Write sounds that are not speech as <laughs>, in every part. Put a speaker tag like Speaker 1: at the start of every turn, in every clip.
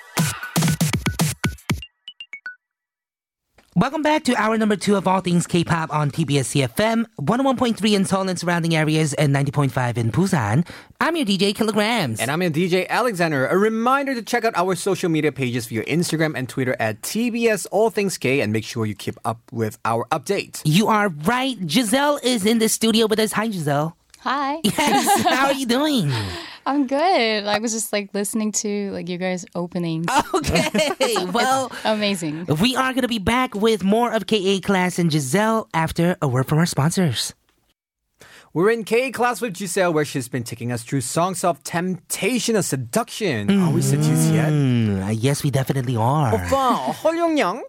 Speaker 1: Welcome back to hour number two of All Things K-pop on TBS CFM 101.3 in Seoul and surrounding areas and 90.5 in Busan. I'm your DJ Kilograms.
Speaker 2: And I'm your DJ Alexander. A reminder to check out our social media pages for your Instagram and Twitter at TBS All Things K and make sure you keep up with our updates.
Speaker 1: you are right. Giselle is in the studio with us. Hi,
Speaker 2: <laughs>
Speaker 1: Giselle. <laughs>
Speaker 3: Hi.
Speaker 1: Yes. How are you doing?
Speaker 3: I'm good. I was just like listening to like you guys opening.
Speaker 1: Oh. Okay. Well,
Speaker 3: <laughs> Amazing.
Speaker 1: we are going to be back with more of KA Class and Giselle after a word from our sponsors.
Speaker 2: We're in K class with Giselle where she's been taking us through songs of temptation and seduction. Are we seduced yet?
Speaker 1: Mm, uh, yes, we definitely
Speaker 2: Oh,
Speaker 1: are.
Speaker 2: 오빠, 헐룡냥?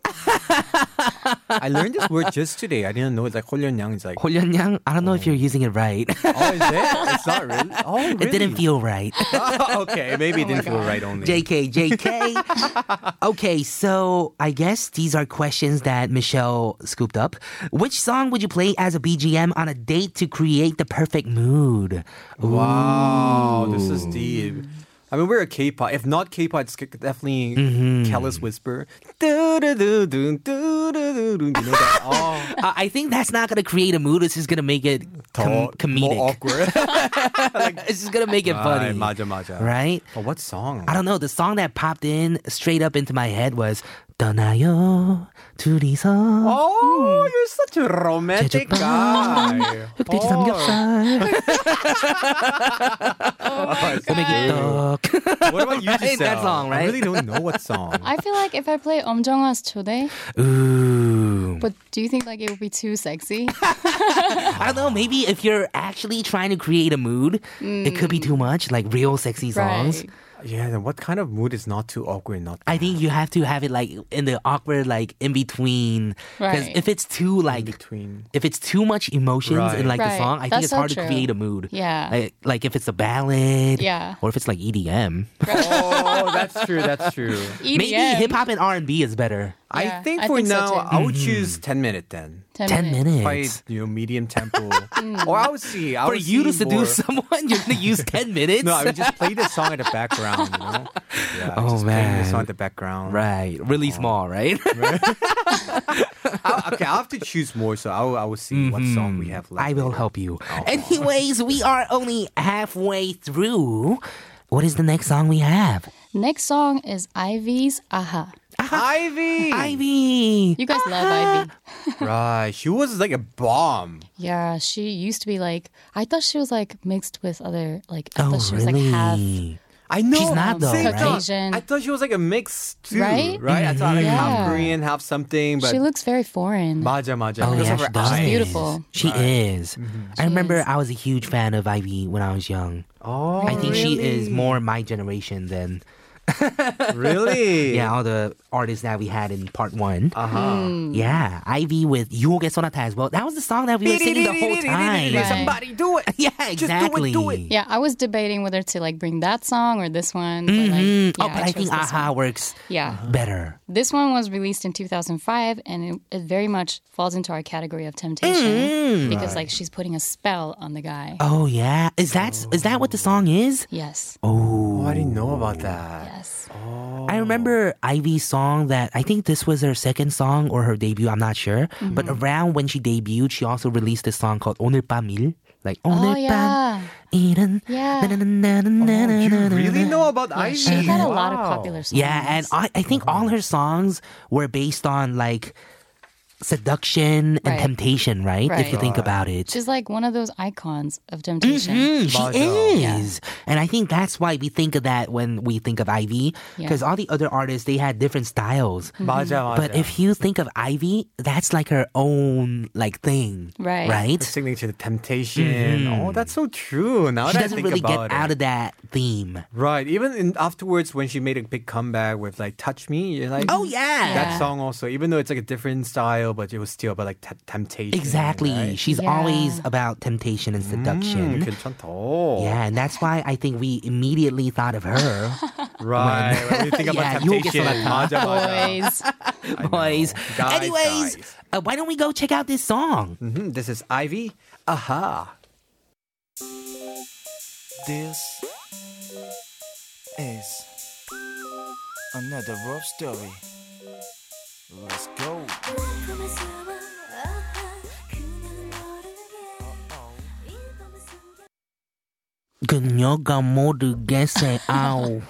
Speaker 2: <laughs> I learned this word just today. I didn't know it's like 헐룡냥. It's like, oh,
Speaker 1: Holyonyang, I don't know if you're using it right.
Speaker 2: is it? It's not really. Oh, really?
Speaker 1: it didn't feel Oh right.
Speaker 2: <laughs> okay, maybe it didn't feel right only.
Speaker 1: JK, JK. okay, so I guess these are questions that Michelle scooped up. Which song would you play as a BGM on a date to create the perfect mood?
Speaker 2: Wow, this is deep. I mean, we're a K-pop. If not K-pop, it's definitely Callous Whisper. Du-du-du-dun, du-du-du-dun. You know <laughs> that? Oh,
Speaker 1: I I think that's not going to create a mood. It's just going to make it com- comedic. <laughs>
Speaker 2: More <laughs> awkward.
Speaker 1: it's just going to make it funny.
Speaker 2: Right, 맞아, 맞아.
Speaker 1: Right?
Speaker 2: Oh, what song?
Speaker 1: I don't know. The song that popped in straight up into my head was 떠나요 둘이서
Speaker 2: Oh, you're such a romantic
Speaker 1: 제주빵,
Speaker 2: guy.
Speaker 1: 흑돼지
Speaker 2: Oh,
Speaker 1: 삼겹살
Speaker 2: <laughs> okay.
Speaker 1: 떡.
Speaker 2: What about you,
Speaker 1: Right, that
Speaker 2: Giselle?
Speaker 1: song,
Speaker 2: Oh I
Speaker 1: right?
Speaker 2: really don't know what song.
Speaker 3: I feel like if I play Om Jong Ha's today,
Speaker 1: Ooh.
Speaker 3: but do you think like it would be
Speaker 1: <laughs>
Speaker 3: too sexy?
Speaker 1: I don't know. Maybe if you're actually trying to create a mood, it could be too much. Like real sexy songs.
Speaker 3: Hmm. Right.
Speaker 2: <laughs> Yeah, then what kind of mood is not too awkward, not
Speaker 1: I think you have to have it like in the awkward, like in between. Because
Speaker 3: Right.
Speaker 1: if it's too like
Speaker 2: between?
Speaker 1: if it's too much emotions in
Speaker 2: Right.
Speaker 1: like the
Speaker 3: Right.
Speaker 1: song, I think
Speaker 3: That's
Speaker 1: it's
Speaker 3: so
Speaker 1: hard to
Speaker 3: true.
Speaker 1: create a mood.
Speaker 3: Yeah.
Speaker 1: Like, like if it's a ballad.
Speaker 3: Yeah.
Speaker 1: Or if it's like E EDM.
Speaker 2: Oh, that's true. That's <laughs> true.
Speaker 1: <laughs>
Speaker 3: EDM.
Speaker 1: Maybe hip hop and R and B is better.
Speaker 2: I
Speaker 3: Yeah,
Speaker 2: think
Speaker 3: I
Speaker 2: for
Speaker 3: think so
Speaker 2: now,
Speaker 3: too.
Speaker 2: I would
Speaker 1: Mm-hmm.
Speaker 2: choose 10 minute then.
Speaker 3: 10,
Speaker 1: Ten
Speaker 3: minutes.
Speaker 1: minutes.
Speaker 2: Quite, you know, medium
Speaker 3: <laughs>
Speaker 2: tempo.
Speaker 3: Mm.
Speaker 2: or I would see. I
Speaker 1: For
Speaker 2: would
Speaker 1: you to
Speaker 2: see more-
Speaker 1: seduce <laughs> someone, you're gonna
Speaker 2: <laughs>
Speaker 1: use ten minutes.
Speaker 2: No, I would just play the song in the background, you
Speaker 1: <laughs>
Speaker 2: know? Yeah,
Speaker 1: Oh,
Speaker 2: just playing
Speaker 1: man.
Speaker 2: the song in the background.
Speaker 1: <laughs> right. Really small, right? <laughs>
Speaker 2: I, okay, I have to choose more, so I will, I will see what song we have left.
Speaker 1: Mm-hmm. I will help you. Anyways, we are only halfway through. What is the next song we have?
Speaker 3: Next song is Ivy's Aha.
Speaker 1: <laughs>
Speaker 2: Ivy!
Speaker 1: Ivy.
Speaker 3: You guys love Ivy.
Speaker 2: Right, she was like a bomb.
Speaker 3: Yeah, she used to be like I thought she was like mixed with other like I
Speaker 1: Oh,
Speaker 3: thought she was like half
Speaker 1: really?
Speaker 2: I know.
Speaker 1: She's not, though,
Speaker 2: Same
Speaker 1: right?
Speaker 2: thought.
Speaker 3: Caucasian.
Speaker 2: I thought she was like a mix too, right?
Speaker 3: Right?
Speaker 2: I thought like half
Speaker 3: Yeah.
Speaker 2: Korean, half something, but
Speaker 3: she looks very foreign.
Speaker 2: Maja Maja.
Speaker 1: Oh,
Speaker 2: because
Speaker 1: yeah,
Speaker 2: of
Speaker 1: she
Speaker 2: her
Speaker 1: does.
Speaker 3: She's
Speaker 2: eyes.
Speaker 3: beautiful.
Speaker 1: She is. I remember I was a huge fan of Ivy when I was young.
Speaker 2: Oh,
Speaker 1: I think she is more my generation than <laughs>
Speaker 2: really?
Speaker 1: yeah all the artists that we had in part one.
Speaker 2: Uh huh.
Speaker 1: Yeah, Ivy with Yuge Sonata as well. That was the song that we were singing the whole time.
Speaker 3: Right.
Speaker 2: Somebody do it.
Speaker 1: Yeah,
Speaker 2: Just do
Speaker 1: exactly.
Speaker 2: it, do it.
Speaker 3: Yeah, I was debating whether to like bring that song or this one. But, like,
Speaker 1: Mm,
Speaker 3: yeah,
Speaker 1: oh, but I,
Speaker 3: chose
Speaker 1: think
Speaker 3: this
Speaker 1: Aha
Speaker 3: One.
Speaker 1: works
Speaker 3: Yeah,
Speaker 1: better.
Speaker 3: this one was released in 2005, and it, it very much falls into our category of
Speaker 2: Mm-hmm.
Speaker 3: temptation because like she's putting a spell on the guy.
Speaker 1: Oh yeah, is that is that what the song is?
Speaker 3: Yes,
Speaker 2: Oh, I didn't know about that.
Speaker 3: yes.
Speaker 1: I remember Ivy's song that I think this was her second song or her debut. I'm not sure,
Speaker 3: Mm-hmm.
Speaker 1: but around when she debuted, she also released this song called 오늘 밤 일, like
Speaker 3: Oh
Speaker 1: 오늘 밤
Speaker 3: yeah,
Speaker 1: 일은
Speaker 3: Yeah. Oh,
Speaker 1: 나나나나나나나.
Speaker 2: You really know about
Speaker 3: yeah.
Speaker 2: Ivy?
Speaker 3: She had a lot of
Speaker 2: Wow.
Speaker 3: popular songs.
Speaker 1: Yeah, and I, I think all her songs were based on like seduction and
Speaker 3: Right.
Speaker 1: temptation, right? If you
Speaker 3: Right.
Speaker 1: think about it.
Speaker 3: she's like one of those icons of temptation.
Speaker 1: Mm, she
Speaker 2: Maja.
Speaker 1: is. And I think that's why we think of that when we think of Ivy.
Speaker 3: Yeah. Mm.
Speaker 1: Because all the other artists, they had different styles.
Speaker 2: 맞아, 맞아.
Speaker 1: Mm-hmm. But if you think of Ivy, that's like her own like thing.
Speaker 3: Right.
Speaker 1: Right?
Speaker 2: Her signature, the temptation. Oh, that's so true. Now
Speaker 1: Mm-hmm. she
Speaker 2: that I
Speaker 1: doesn't
Speaker 2: think
Speaker 1: really get
Speaker 2: about it.
Speaker 1: out of that theme.
Speaker 2: Right. Even in, afterwards, when she made a big comeback with like "Mm, "Touch Me," you're like,
Speaker 1: Oh yeah.
Speaker 2: that song also. Even though it's like a different style, still, but it was still about like t- temptation.
Speaker 1: Exactly.
Speaker 2: Right?
Speaker 1: She's
Speaker 3: Yeah.
Speaker 1: always about temptation and
Speaker 2: Mm,
Speaker 1: seduction.
Speaker 2: 괜찮다.
Speaker 1: Yeah, and that's why I think we immediately thought of
Speaker 3: <laughs>
Speaker 1: her.
Speaker 2: Right. When you
Speaker 1: <laughs>
Speaker 2: think
Speaker 1: Yeah,
Speaker 2: about
Speaker 1: you'll get
Speaker 2: temptation. 맞아, 맞아.
Speaker 3: Boys.
Speaker 2: I know.
Speaker 1: <laughs> Boys.
Speaker 2: Guys,
Speaker 1: Anyways,
Speaker 2: guys.
Speaker 1: Uh, why don't we go check out this song?
Speaker 2: Mhm, this is Ivy. Aha.
Speaker 4: This is another rough story. Let's go.
Speaker 1: 그녀가 모르게 say ow.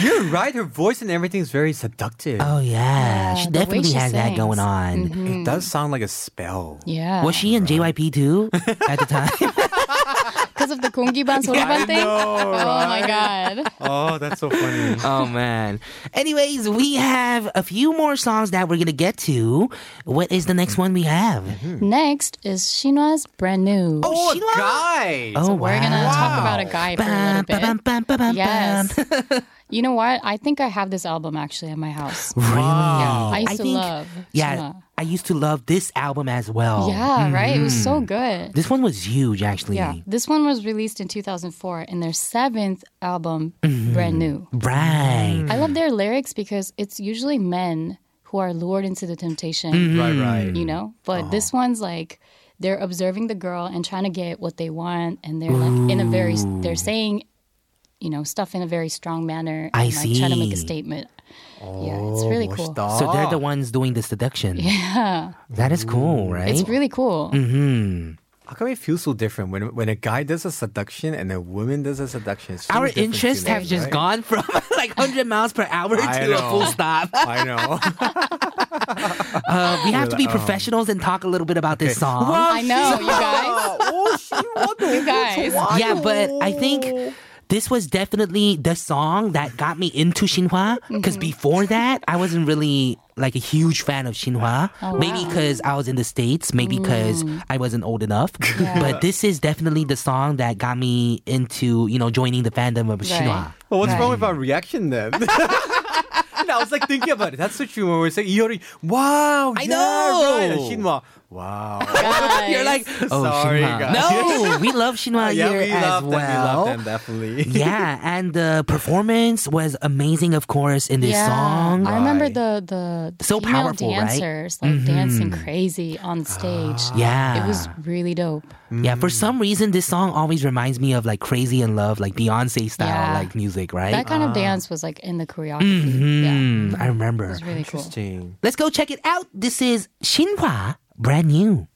Speaker 2: You're right. Her voice and everything is very seductive.
Speaker 1: Oh yeah,
Speaker 3: Yeah,
Speaker 1: she Mm-hmm.
Speaker 3: the way
Speaker 1: definitely
Speaker 3: she
Speaker 1: has that
Speaker 3: sings. Mm-hmm.
Speaker 1: going on.
Speaker 2: It does
Speaker 1: Mm.
Speaker 2: sound like a spell.
Speaker 3: Yeah.
Speaker 1: Was she in JYP too at the time?
Speaker 3: Because of the
Speaker 2: <laughs>
Speaker 3: 공기반 소리반 thing?
Speaker 2: know,
Speaker 3: Oh my god.
Speaker 2: Oh, that's
Speaker 1: <laughs>
Speaker 2: so funny.
Speaker 1: <laughs> oh man. Anyways, we have a few more songs that we're gonna get to. What is the next one we have?
Speaker 3: Next is Shinwa's brand new.
Speaker 2: oh,
Speaker 1: Sheila?
Speaker 2: guys.
Speaker 1: Oh
Speaker 3: We're gonna talk about a guy for a little
Speaker 1: Bum,
Speaker 3: bit.
Speaker 1: bum, bum, bum, bum,
Speaker 3: Yes.
Speaker 1: bum. <laughs>
Speaker 3: you know what? I think I have this album actually at my house.
Speaker 1: Really?
Speaker 3: I used to
Speaker 1: think-
Speaker 3: love.
Speaker 1: Yeah,
Speaker 3: Sheila.
Speaker 1: I used to love this album as well.
Speaker 3: Yeah, right? It was so good.
Speaker 1: This one was huge, actually.
Speaker 3: Yeah. This one was released in 2004 and their seventh album, brand new.
Speaker 1: Right.
Speaker 3: I love their lyrics because it's usually men who are lured into the temptation.
Speaker 1: Mm-hmm.
Speaker 2: Right, right.
Speaker 3: you know but this one's like they're observing the girl and trying to get what they want and they're like in a very they're saying you know stuff in a very strong manner
Speaker 1: I
Speaker 3: and like trying to make a
Speaker 1: see.
Speaker 3: statement yeah it's really cool
Speaker 2: 멋있다.
Speaker 1: So they're the ones doing the seduction. Yeah. That is cool, right?
Speaker 3: it's really cool
Speaker 1: Mm.
Speaker 2: How come it feels so different when when a guy does a seduction and a woman does a seduction? It's
Speaker 1: Our
Speaker 2: really different
Speaker 1: interests have
Speaker 2: feeling,
Speaker 1: just
Speaker 2: right?
Speaker 1: gone from <laughs> like 100 miles per hour to
Speaker 2: I
Speaker 1: a
Speaker 2: know.
Speaker 1: full
Speaker 2: <laughs>
Speaker 1: stop.
Speaker 2: <laughs> I know.
Speaker 1: Uh, we have to be
Speaker 2: um,
Speaker 1: professionals and talk a little bit about this song.
Speaker 3: i know
Speaker 1: <laughs>
Speaker 3: you guys
Speaker 2: oh, she wants
Speaker 3: you guys
Speaker 1: yeah, but I think this was definitely the song that got me into Xinhua. Because before that, I wasn't really like a huge fan of Xinhua.
Speaker 2: Oh,
Speaker 1: maybe because I was in the States, maybe because I wasn't old enough. But this is definitely the song that got me into, you know, joining the fandom of
Speaker 2: <laughs>
Speaker 1: Xinhua.
Speaker 2: Well, what's
Speaker 3: Right.
Speaker 2: wrong with our reaction then? <laughs> and I was like thinking about it. That's so true. When we're saying Iori, wow,
Speaker 1: I
Speaker 2: yeah,
Speaker 1: know.
Speaker 2: right. And Shinwa,
Speaker 1: <laughs>
Speaker 2: wow.
Speaker 3: guys.
Speaker 1: You're like, oh,
Speaker 2: <laughs> Sorry,
Speaker 1: Xinhua.
Speaker 2: guys.
Speaker 1: No, we love Xinhua
Speaker 2: <laughs> yeah,
Speaker 1: here
Speaker 2: we
Speaker 1: as
Speaker 2: love
Speaker 1: well.
Speaker 2: them. We love them definitely. <laughs>
Speaker 3: <laughs>
Speaker 1: yeah, and the performance was amazing, of course, in this
Speaker 3: yeah,
Speaker 1: song.
Speaker 3: I remember the the, the
Speaker 1: So
Speaker 3: female
Speaker 1: powerful, right? Mm-hmm.
Speaker 3: dancers like dancing crazy on stage.
Speaker 1: <gasps> yeah.
Speaker 3: it was really dope.
Speaker 1: Yeah, for some reason, this song always reminds me of like Crazy in Love, like Beyonce style,
Speaker 3: Yeah.
Speaker 1: like music, right?
Speaker 3: That kind of dance was like in the choreography. Yeah,
Speaker 1: Mm, I remember.
Speaker 3: it was really cool.
Speaker 2: Interesting.
Speaker 1: Let's go check it out. This is Xinhua, brand new.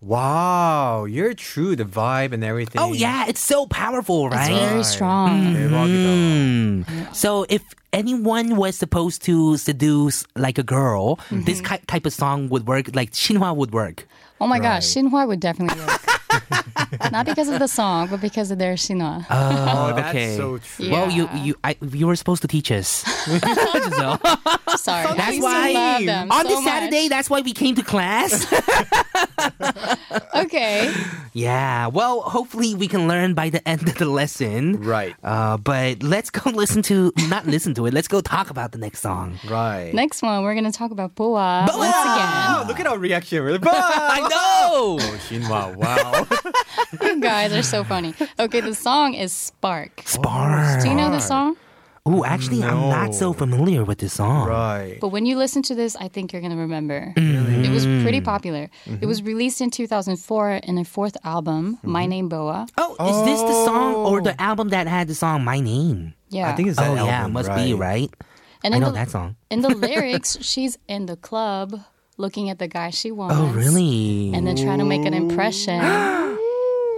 Speaker 2: Wow, you're true. The vibe and everything.
Speaker 1: Oh, yeah, it's so powerful,
Speaker 3: It's
Speaker 1: right? Mm-hmm.
Speaker 3: very strong.
Speaker 2: 대박이다.
Speaker 1: Mm. So, if anyone was supposed to seduce like a girl,
Speaker 3: Mm-hmm.
Speaker 1: this ki- type of song would work, like Xinhua would work.
Speaker 3: Oh my gosh, Shinhua would definitely work.
Speaker 1: <laughs>
Speaker 3: Not because of the song, but because of their Shinhua.
Speaker 2: Oh, that's
Speaker 1: okay.
Speaker 2: so true.
Speaker 1: Well, you
Speaker 3: Yeah.
Speaker 1: you I, you were supposed to teach us. Giselle.
Speaker 3: Sorry, I
Speaker 1: That's
Speaker 3: used to
Speaker 1: why
Speaker 3: love them
Speaker 1: on
Speaker 3: so
Speaker 1: this
Speaker 3: much.
Speaker 1: Saturday, that's why we came to class.
Speaker 3: <laughs> Okay,
Speaker 1: yeah. Well, hopefully we can learn by the end of the lesson.
Speaker 2: Right.
Speaker 1: Uh, but let's go listen to not listen to it. Let's go talk about the next song.
Speaker 2: Right.
Speaker 3: next one we're gonna talk about Boa, once again. <laughs>
Speaker 2: Oh, look at our reaction. <laughs> We're like, "Bah!"
Speaker 1: I know.
Speaker 2: <laughs> Oh, Shinwa, wow.
Speaker 3: You guys are so funny. Okay, the song is Spark.
Speaker 1: Spark.
Speaker 3: Do you know the song?
Speaker 1: Ooh, actually, I'm not so familiar with this song.
Speaker 2: right.
Speaker 3: But when you listen to this, I think you're gonna remember.
Speaker 1: Mm-hmm.
Speaker 3: It was pretty popular. It was released in 2004 in a fourth album,
Speaker 1: Mm-hmm.
Speaker 3: My Name Boa.
Speaker 1: Oh, is this the song or the album that had the song "My Name"?
Speaker 3: Yeah,
Speaker 2: I think it's that
Speaker 1: oh
Speaker 2: album,
Speaker 1: yeah, must be right.
Speaker 3: and
Speaker 1: I
Speaker 3: in
Speaker 1: know
Speaker 3: the-
Speaker 1: that song. <laughs>
Speaker 3: In the lyrics, she's in the club looking at the guy she wants.
Speaker 1: Oh really?
Speaker 3: And then trying to make
Speaker 1: <gasps>
Speaker 3: an impression.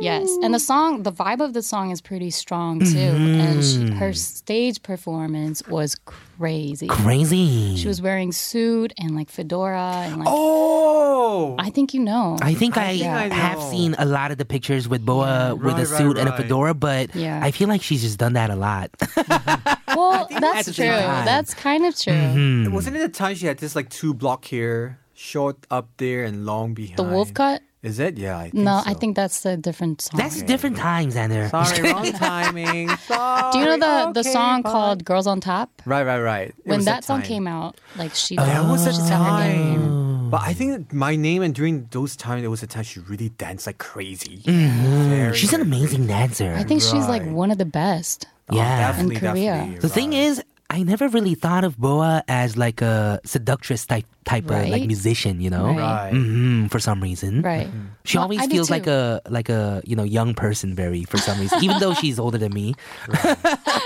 Speaker 3: yes. And the song, the vibe of the song is pretty strong too. And she,
Speaker 1: Mm-hmm.
Speaker 3: her stage performance was crazy.
Speaker 1: Crazy.
Speaker 3: She was wearing suit and like fedora and like.
Speaker 2: Oh!
Speaker 3: I think you know.
Speaker 1: I think I,
Speaker 2: think I
Speaker 1: have
Speaker 2: know.
Speaker 1: seen a lot of the pictures with Boa with a
Speaker 2: Right, right,
Speaker 1: suit and a
Speaker 2: right.
Speaker 1: fedora, but
Speaker 3: Yeah. <laughs>
Speaker 1: I feel like she's just done that a lot.
Speaker 3: well, Well,
Speaker 2: think
Speaker 3: that's
Speaker 1: at the
Speaker 3: true.
Speaker 1: same time.
Speaker 3: That's kind of true.
Speaker 2: Mm-hmm. Wasn't it the time she had this like two block here, short up there and long behind?
Speaker 3: The wolf cut?
Speaker 2: Is it? Yeah. I think
Speaker 3: No,
Speaker 2: so.
Speaker 3: I think that's a different song.
Speaker 1: That's different times, Anna.
Speaker 2: Sorry,
Speaker 3: <laughs>
Speaker 2: wrong timing. Sorry.
Speaker 3: Do you know the, the
Speaker 2: Oh, Okay,
Speaker 3: song
Speaker 2: bye.
Speaker 3: called Girls on Top?
Speaker 2: Right, right, right. It
Speaker 3: When
Speaker 2: was
Speaker 3: that song
Speaker 2: time.
Speaker 3: came out, like she
Speaker 2: There was a
Speaker 3: she's
Speaker 1: Ah.
Speaker 3: got her name.
Speaker 2: time. But I think my name and during those times, there was a time she really danced like crazy. Very-
Speaker 1: Mm-hmm. She's an amazing dancer.
Speaker 3: I think she's like
Speaker 2: Right.
Speaker 3: one of the best.
Speaker 2: Oh,
Speaker 1: yeah.
Speaker 2: definitely,
Speaker 3: In Korea.
Speaker 2: definitely,
Speaker 1: The thing
Speaker 2: right.
Speaker 1: is, I never really thought of Boa as like a seductress type type of like
Speaker 3: Right.
Speaker 1: musician, you know?
Speaker 2: Right.
Speaker 3: Right.
Speaker 1: hmm for some reason.
Speaker 3: Right.
Speaker 1: She
Speaker 3: Well,
Speaker 1: always
Speaker 3: I do
Speaker 1: feels
Speaker 3: too.
Speaker 1: like a like a you know young person, very for some reason, even though she's older than me. <laughs>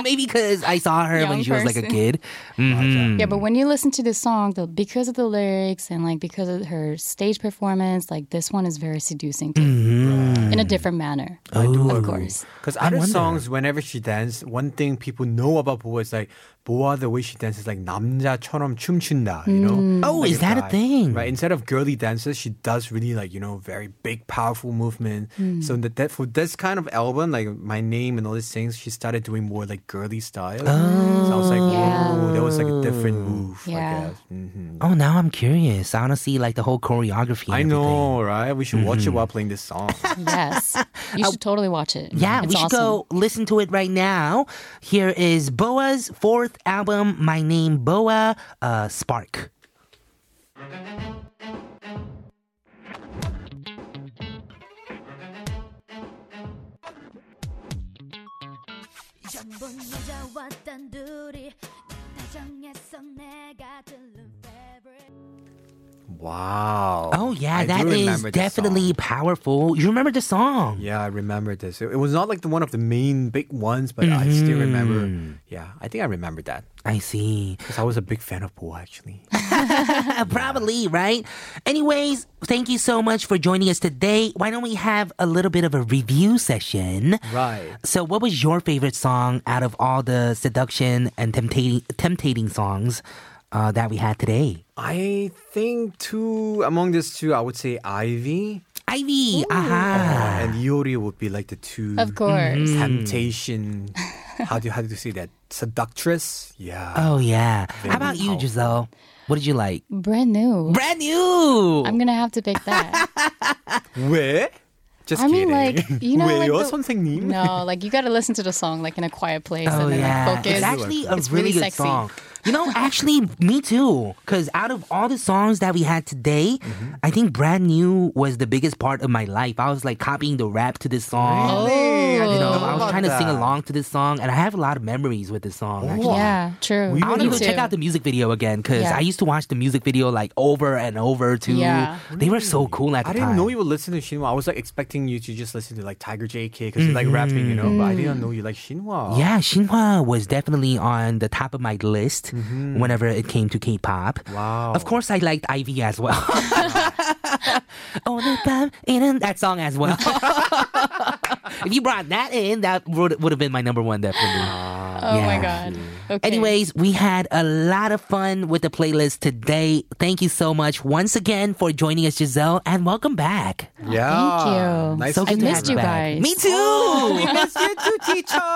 Speaker 1: Maybe because I saw her when
Speaker 3: Young
Speaker 1: she was like a
Speaker 3: person.
Speaker 1: kid. Mhm.
Speaker 3: Yeah, but when you listen to this song, the, because of the lyrics and like because of her stage performance, like this one is very seducing too, in a different manner. I do of course.
Speaker 2: Because other songs, whenever she danced, one thing people know about Boa is like Boa, the way she dances, like 남자처럼 춤춘다. You know?
Speaker 1: Oh,
Speaker 2: Like
Speaker 1: is that a
Speaker 2: guy,
Speaker 1: thing?
Speaker 2: Right. Instead of girly dances, she does really like you know very big, powerful movement.
Speaker 1: Mm.
Speaker 2: So that, that for this kind of album, like my name and all these things, she started doing more like girly style. So I was like,
Speaker 3: Yeah.
Speaker 2: oh, that was like a different move. I
Speaker 3: Yeah.
Speaker 2: guess. hmm
Speaker 1: Oh, now I'm curious. I want to see like the whole choreography. and
Speaker 2: I
Speaker 1: everything.
Speaker 2: know, right? We should
Speaker 1: Mm-hmm.
Speaker 2: watch it while playing this
Speaker 1: <laughs>
Speaker 2: song.
Speaker 3: Yes. You should totally watch it.
Speaker 1: Yeah,
Speaker 3: it's
Speaker 1: we should
Speaker 3: awesome.
Speaker 1: go listen to it right now. Here is Boa's fourth album, My Name Boa, uh, Spark.
Speaker 5: 전번 여자와 단둘이 다정했어 내가 들른 favorite
Speaker 2: wow.
Speaker 1: Oh yeah,
Speaker 2: I
Speaker 1: that
Speaker 2: do
Speaker 1: is
Speaker 2: remember this song.
Speaker 1: definitely powerful. You remember the song?
Speaker 2: Yeah, I remember this. It it was not like the one of the main big ones, but I still remember. Yeah, I think I remember that
Speaker 1: I see.
Speaker 2: because I was a big fan of Bo actually.
Speaker 1: Uh, Probably, right? Anyways, thank you so much for joining us today. Why don't we have a little bit of a review session?
Speaker 2: right.
Speaker 1: So, what was your favorite song out of all the seduction and temptating, temptating songs uh, that we had today?
Speaker 2: <laughs> I think two among these two, I would say Ivy uh,
Speaker 1: Ivy, aha.
Speaker 2: and Yori would be like the two
Speaker 3: Of course.
Speaker 2: temptation. how do how do you say that? Seductress. Yeah.
Speaker 1: Oh, yeah. How
Speaker 2: Very
Speaker 1: about you,
Speaker 2: powerful.
Speaker 1: Giselle? What did you like?
Speaker 3: Brand new.
Speaker 1: Brand new!
Speaker 3: I'm gonna have to pick that.
Speaker 1: <laughs>
Speaker 2: Where? Just
Speaker 3: I mean,
Speaker 2: kidding.
Speaker 3: like you
Speaker 2: <laughs>
Speaker 3: know, like
Speaker 2: 왜요,
Speaker 3: the-
Speaker 2: 선생님?
Speaker 3: No, like you got to listen to the song like in a quiet place
Speaker 1: Oh
Speaker 3: and then
Speaker 1: yeah,
Speaker 3: like focus.
Speaker 1: it's actually a
Speaker 3: It's
Speaker 1: really,
Speaker 3: really
Speaker 1: good
Speaker 3: sexy.
Speaker 1: song. You know, actually, me too. Because out of all the songs that we had today, I think "Brand New" was the biggest part of my life. I was like copying the rap to this song.
Speaker 2: Oh,
Speaker 1: You know, I was trying to sing along to this song, and I have a lot of memories with this song. Actually.
Speaker 3: Yeah, true.
Speaker 1: I want to
Speaker 3: Me
Speaker 1: go
Speaker 3: too.
Speaker 1: check out the music video again because
Speaker 3: Yeah.
Speaker 1: I used to watch the music video like over and over too.
Speaker 3: Yeah.
Speaker 1: They were so cool at the
Speaker 2: I
Speaker 1: time.
Speaker 2: didn't know you would listen to Shinwa. I was like expecting you to just listen to like Tiger JK because you like rapping, you know. But I didn't know you like Shinwa.
Speaker 1: Yeah, Shinhwa was definitely on the top of my list whenever it came to K-pop.
Speaker 2: Mm-hmm. Wow.
Speaker 1: Of course, I liked Ivy as well. <laughs> Only time in that song as well. <laughs> if you brought that in, that would would have been my number one definitely.
Speaker 3: Oh my
Speaker 1: Yeah.
Speaker 3: god. Okay.
Speaker 1: Anyways, we had a lot of fun with the playlist today. Thank you so much once again for joining us, Giselle, and welcome back.
Speaker 2: Yeah.
Speaker 3: Thank you.
Speaker 2: Nice
Speaker 1: So
Speaker 2: to
Speaker 3: I
Speaker 1: good to
Speaker 3: missed
Speaker 1: have
Speaker 3: you
Speaker 2: <laughs>
Speaker 1: back.
Speaker 3: guys. Oh.
Speaker 1: Me too.
Speaker 2: miss you too, teacher.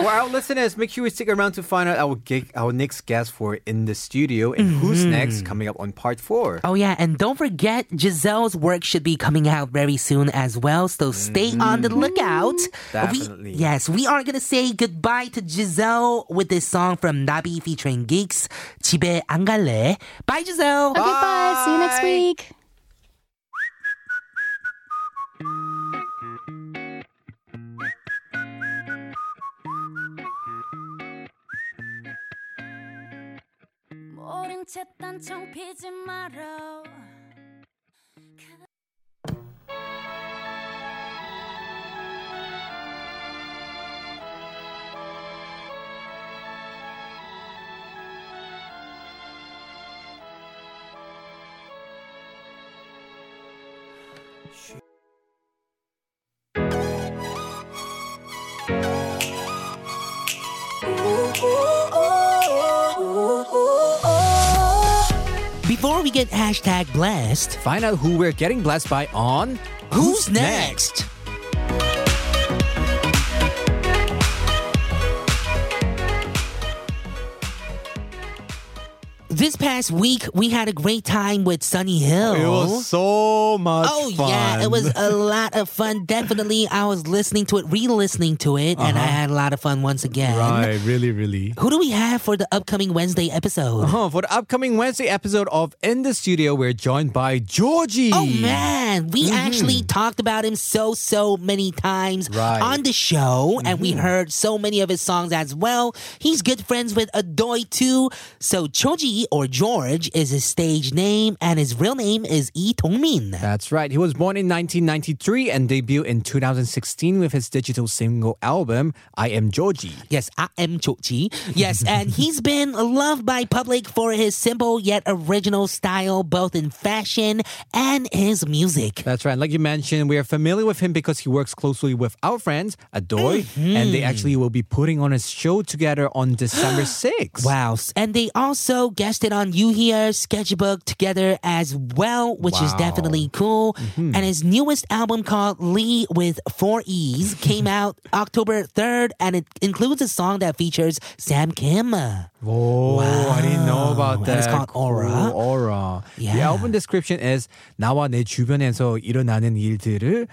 Speaker 2: For our listeners, make sure you stick around to find out our gig, our next guest for in the studio and who's next coming up on part four.
Speaker 1: Oh yeah, and don't forget Giselle's work should be coming out very soon as well. So stay on the lookout. We-
Speaker 2: Definitely.
Speaker 1: yes, we are gonna say goodbye to Giselle with this song from Nabi featuring Geeks. 집에 안 갈래. Bye, Giselle.
Speaker 3: Okay, bye. See you next
Speaker 2: Bye.
Speaker 3: week.
Speaker 5: 모른 채 딴청 피지 말아
Speaker 1: Before we get hashtag blessed,
Speaker 2: Find out who we're getting blessed by on
Speaker 1: who's next? this past week we had a great time with Sunny Hill.
Speaker 2: It was so much
Speaker 1: Oh
Speaker 2: fun.
Speaker 1: yeah, it was a lot of fun. Definitely, I was listening to it, re-listening to it, and I had a lot of fun once again.
Speaker 2: Uh-huh. right, really, really.
Speaker 1: Who do we have for the upcoming Wednesday episode?
Speaker 2: Huh, Uh-huh, for the upcoming Wednesday episode of In the Studio, we're joined by Georgie.
Speaker 1: Oh man, we actually talked about him so so many times
Speaker 2: Right.
Speaker 1: on the show, and we heard so many of his songs as well. He's good friends with Adoy too. So Choji or George is his stage name, and his real name is Lee Tongmin.
Speaker 2: That's right. He was born in 1993 and debuted in 2016 with his digital single album, I Am Georgie.
Speaker 1: Yes, I am Chochi. Yes, and he's been loved by public for his simple yet original style, both in fashion and his music.
Speaker 2: That's right. Like you mentioned, we are familiar with him because he works closely with our friends, Adoy,
Speaker 1: Mm-hmm.
Speaker 2: and they actually will be putting on a show together on December
Speaker 1: <gasps>
Speaker 2: 6th.
Speaker 1: Wow. And they also guested on You Here Sketchbook together as well, which is
Speaker 2: Wow. Mm-hmm.
Speaker 1: definitely cool. And his newest album called Lee with Four E's
Speaker 2: <laughs>
Speaker 1: came out October 3rd, and it includes a song that features Sam Kim.
Speaker 2: Whoa, Oh, I didn't know about
Speaker 1: And
Speaker 2: that.
Speaker 1: it's called Aura.
Speaker 2: Cool, Aura. The
Speaker 1: Yeah.
Speaker 2: album description is 나와 내 주변에서 일어나는 일들을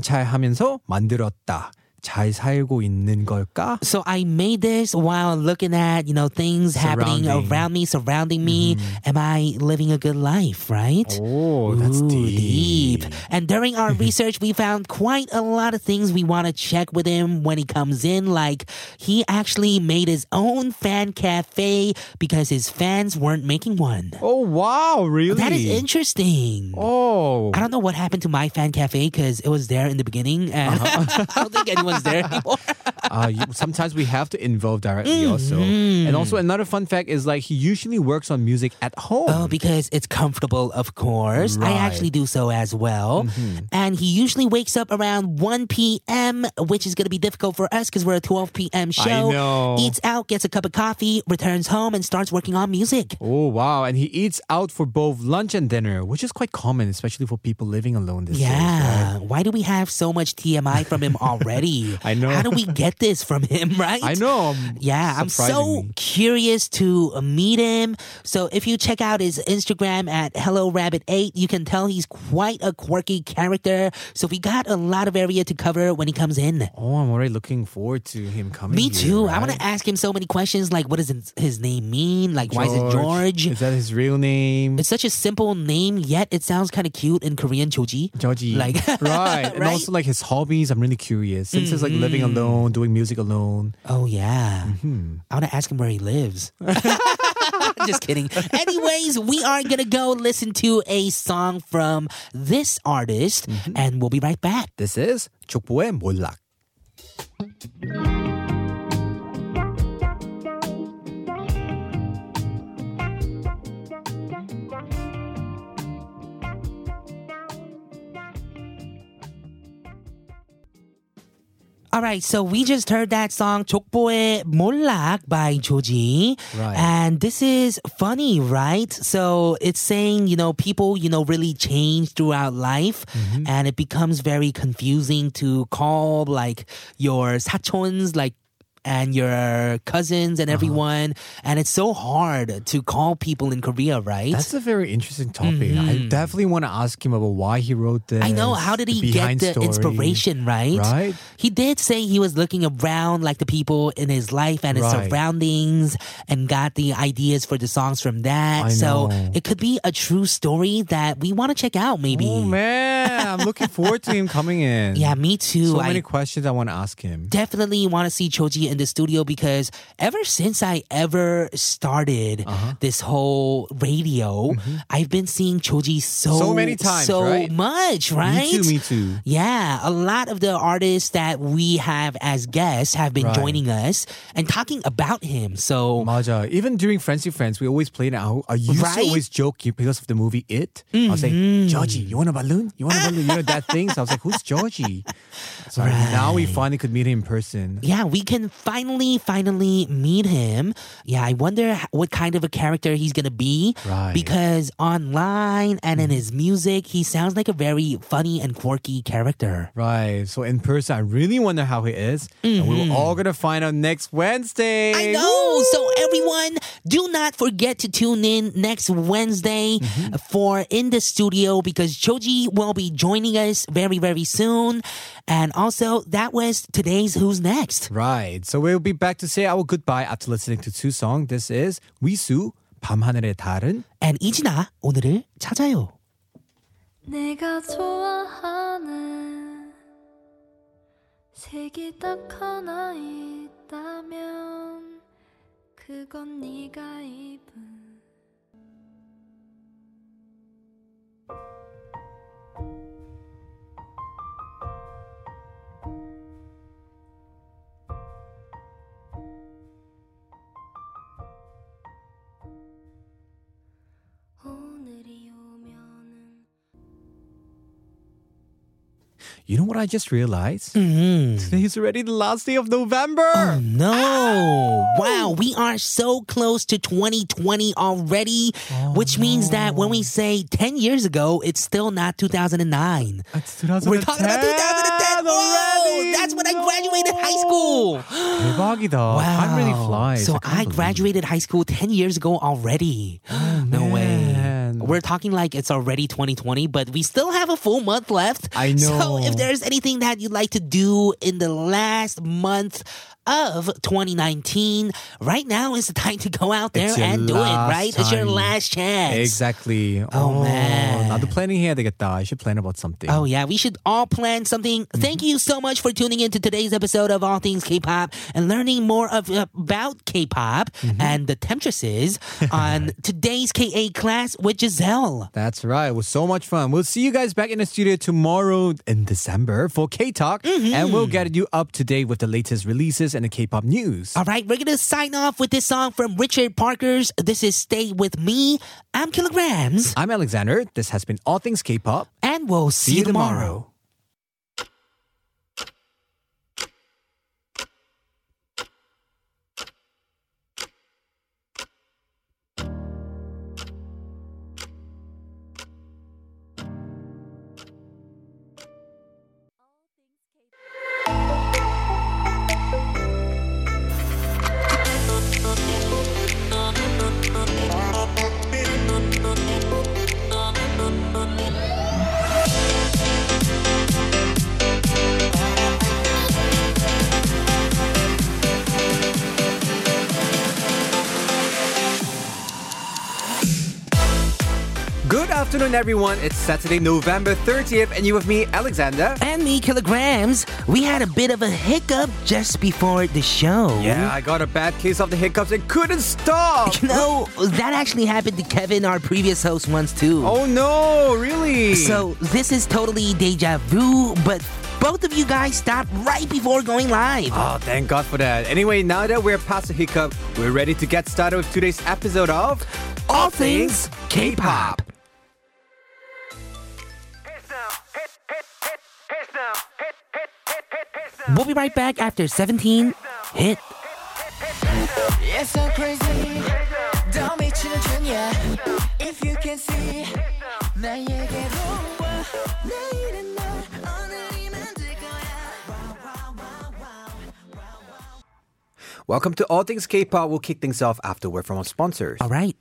Speaker 2: 관찰하면서 만들었다. 잘 살고 있는 걸까?
Speaker 1: so I made this while looking at you know things happening
Speaker 2: Surrounding. Mm-hmm.
Speaker 1: around me, surrounding me. Am I living a good life? Right?
Speaker 2: Oh, that's
Speaker 1: Ooh,
Speaker 2: deep. Mm-hmm.
Speaker 1: And during our research, we found quite a lot of things we want to check with him when he comes in. Like he actually made his own fan cafe because his fans weren't making one.
Speaker 2: Oh, wow, really?
Speaker 1: That is interesting.
Speaker 2: Oh.
Speaker 1: I don't know what happened to my fan cafe because it was there in the beginning, and
Speaker 2: Uh-huh.
Speaker 1: <laughs> I don't think anyone's
Speaker 2: <laughs>
Speaker 1: there anymore.
Speaker 2: uh, you, sometimes we have to involve directly
Speaker 1: Mm-hmm.
Speaker 2: also. And also another fun fact is like he usually works on music at home.
Speaker 1: Oh, because it's comfortable, of course. I
Speaker 2: Right. Mm-hmm.
Speaker 1: actually do so as well. And he usually wakes up around 1 p.m., which is going to be difficult for us because we're a 12 p.m.
Speaker 2: I
Speaker 1: show.
Speaker 2: know.
Speaker 1: Eats out, gets a cup of coffee, returns home, and starts working on music.
Speaker 2: Oh wow! And he eats out for both lunch and dinner, which is quite common, especially for people living alone these days.
Speaker 1: Yeah. Why do we have so much TMI from him already?
Speaker 2: <laughs> I know.
Speaker 1: How do we get this from him, right?
Speaker 2: <laughs> I know. um,
Speaker 1: Yeah, I'm so
Speaker 2: surprisingly.
Speaker 1: curious to uh, meet him. So if you check out his Instagram at Hello Rabbit 8, you can tell he's quite a quirky character. So we got a lot of area to cover when he comes in.
Speaker 2: Oh, I'm already looking forward to him coming.
Speaker 1: Me
Speaker 2: here,
Speaker 1: too. I
Speaker 2: right?
Speaker 1: want to ask him so many questions like what does his- his name mean? Like why is it George?
Speaker 2: Is that his real name?
Speaker 1: It's such a simple name yet it sounds kind of cute in Korean Choji.
Speaker 2: Georgie.
Speaker 1: Like- <laughs>
Speaker 2: right. And
Speaker 1: Right? Mm.
Speaker 2: also like his hobbies. I'm really curious since it's like living alone, doing music alone.
Speaker 1: Oh yeah. I want to ask him where he lives. <laughs> Just kidding. Anyways, we are going to go listen to a song from this artist and we'll be right back.
Speaker 2: This is 족보의 몰락.
Speaker 1: All right, so we just heard that song 족보의 몰락 by Joji.
Speaker 2: Right.
Speaker 1: And this is funny, right? So it's saying, you know, people, you know, really change throughout life
Speaker 2: Mm-hmm.
Speaker 1: and it becomes very confusing to call like your sachons like and your cousins
Speaker 2: Uh-huh.
Speaker 1: and everyone and it's so hard to call people in Korea, right?
Speaker 2: That's a very interesting topic. I definitely want to ask him about why he wrote this.
Speaker 1: Mm-hmm. I know. How did
Speaker 2: the
Speaker 1: he
Speaker 2: behind
Speaker 1: get the
Speaker 2: story.
Speaker 1: inspiration, right?
Speaker 2: Right.
Speaker 1: He did say he was looking around, like the people in his life and his
Speaker 2: Right.
Speaker 1: surroundings, and got the ideas for the songs from that.
Speaker 2: I
Speaker 1: so
Speaker 2: know.
Speaker 1: it could be a true story that we want to check out, maybe.
Speaker 2: Oh man, I'm looking forward to him coming
Speaker 1: <laughs>
Speaker 2: in.
Speaker 1: Yeah, me too.
Speaker 2: So
Speaker 1: I
Speaker 2: many questions I want to ask him.
Speaker 1: definitely want to see Choji in the studio because ever since I ever started
Speaker 2: Uh-huh.
Speaker 1: this whole radio, I've been seeing Choji so
Speaker 2: Mm-hmm. So many times,
Speaker 1: so
Speaker 2: right?
Speaker 1: much, right?
Speaker 2: Me too, me too.
Speaker 1: Yeah, a lot of the artists that we have as guests have been
Speaker 2: Right.
Speaker 1: joining us and talking about him. So
Speaker 2: Maja, even during Friends with Friends, we always played it out. I used
Speaker 1: Right? Mm-hmm.
Speaker 2: to always joke you because of the movie It. I was like, Georgie, you want a balloon? You want a balloon? You know that thing? So I was like, who's Georgie? So now we finally could meet him in person.
Speaker 1: yeah, we can finally, finally meet him. Yeah, I wonder h- what kind of a character he's gonna be.
Speaker 6: Right.
Speaker 1: Because online and in his music, he sounds like a very funny and quirky character.
Speaker 6: Right. So in person, I really wonder how he is. And we were all going to find out next Wednesday.
Speaker 1: Mm-hmm. I know. So everyone, do not forget to tune in next Wednesday for in the studio because Choji will be joining us very very soon. And also, that was today's Who's Next.
Speaker 6: Right. So we'll be back to say our goodbye after listening to two songs. This is 위수 밤하늘의 달은
Speaker 1: And 이진아 오늘을 찾아요.
Speaker 5: 내가 좋아하는 색이 딱 하나 있다면 그건 네가 입은 오늘이 오면은
Speaker 6: You know what I just realized?
Speaker 1: Mm.
Speaker 2: Mm-hmm.
Speaker 1: Oh,
Speaker 6: Today is already the last day of November.
Speaker 1: No. Wow, we are so close to 2020 already, which means that when we say 10 years ago, it's still not 2009.
Speaker 6: It's
Speaker 1: We're talking about 2010 already.
Speaker 6: already.
Speaker 1: That's when I
Speaker 6: No.
Speaker 1: graduated high school.
Speaker 6: 대박이다. Oh, Time really flies.
Speaker 1: So
Speaker 6: can't
Speaker 1: I,
Speaker 6: believe Oh,
Speaker 1: graduated high school 10 years ago already.
Speaker 6: man.
Speaker 1: no way. We're talking like it's already 2020, but we still have a full month left.
Speaker 6: I know.
Speaker 1: So if there's anything that you'd like to do in the last month of 2019, right now is the time to go out there
Speaker 6: It's your
Speaker 1: and do it,
Speaker 6: last
Speaker 1: right? It's your
Speaker 6: time.
Speaker 1: last chance.
Speaker 6: Exactly.
Speaker 1: Oh, man.
Speaker 6: 나도 planning 해야 되겠다. I should plan about something.
Speaker 1: Oh yeah, Mm-hmm. we should all plan something. Thank you so much for tuning in to today's episode of All Things K-pop and learning more of about K-pop and the <laughs> temptresses on today's KA class with Giselle.
Speaker 6: That's right. It was so much fun. We'll see you guys back in the studio tomorrow in December for K Talk,
Speaker 1: Mm-hmm.
Speaker 6: and we'll get you up to date with the latest releases and the K pop news.
Speaker 1: All right, we're gonna sign off with this song from Richard Parker's. This is "Stay with Me." I'm Kilograms,
Speaker 6: I'm Alexander. This has been All Things K pop.
Speaker 1: and we'll see, you tomorrow.
Speaker 2: Good afternoon, everyone. It's Saturday, November 30th, and you with me, Alexander.
Speaker 1: And me, Kilograms. We had a bit of a hiccup just before the show.
Speaker 2: Yeah, I got a bad case of the hiccups and couldn't stop.
Speaker 1: <laughs> You know, that actually happened to Kevin, our previous host, once too.
Speaker 2: Oh no, really?
Speaker 1: So this is totally deja vu, but both of you guys stopped right before going live.
Speaker 2: Oh, thank God for that. Anyway, now that we're past the hiccup, we're ready to get started with today's episode of
Speaker 1: All Things K-Pop. We'll be right back after 17 hit.
Speaker 7: It's so crazy. 더 미치는 중이야. If you can see 나에게로 와. 내일은 날 오늘이 만들 거야. Wow, wow, wow, wow.
Speaker 2: Welcome to All Things K-pop. We'll kick things off after word from our sponsors.
Speaker 1: All right.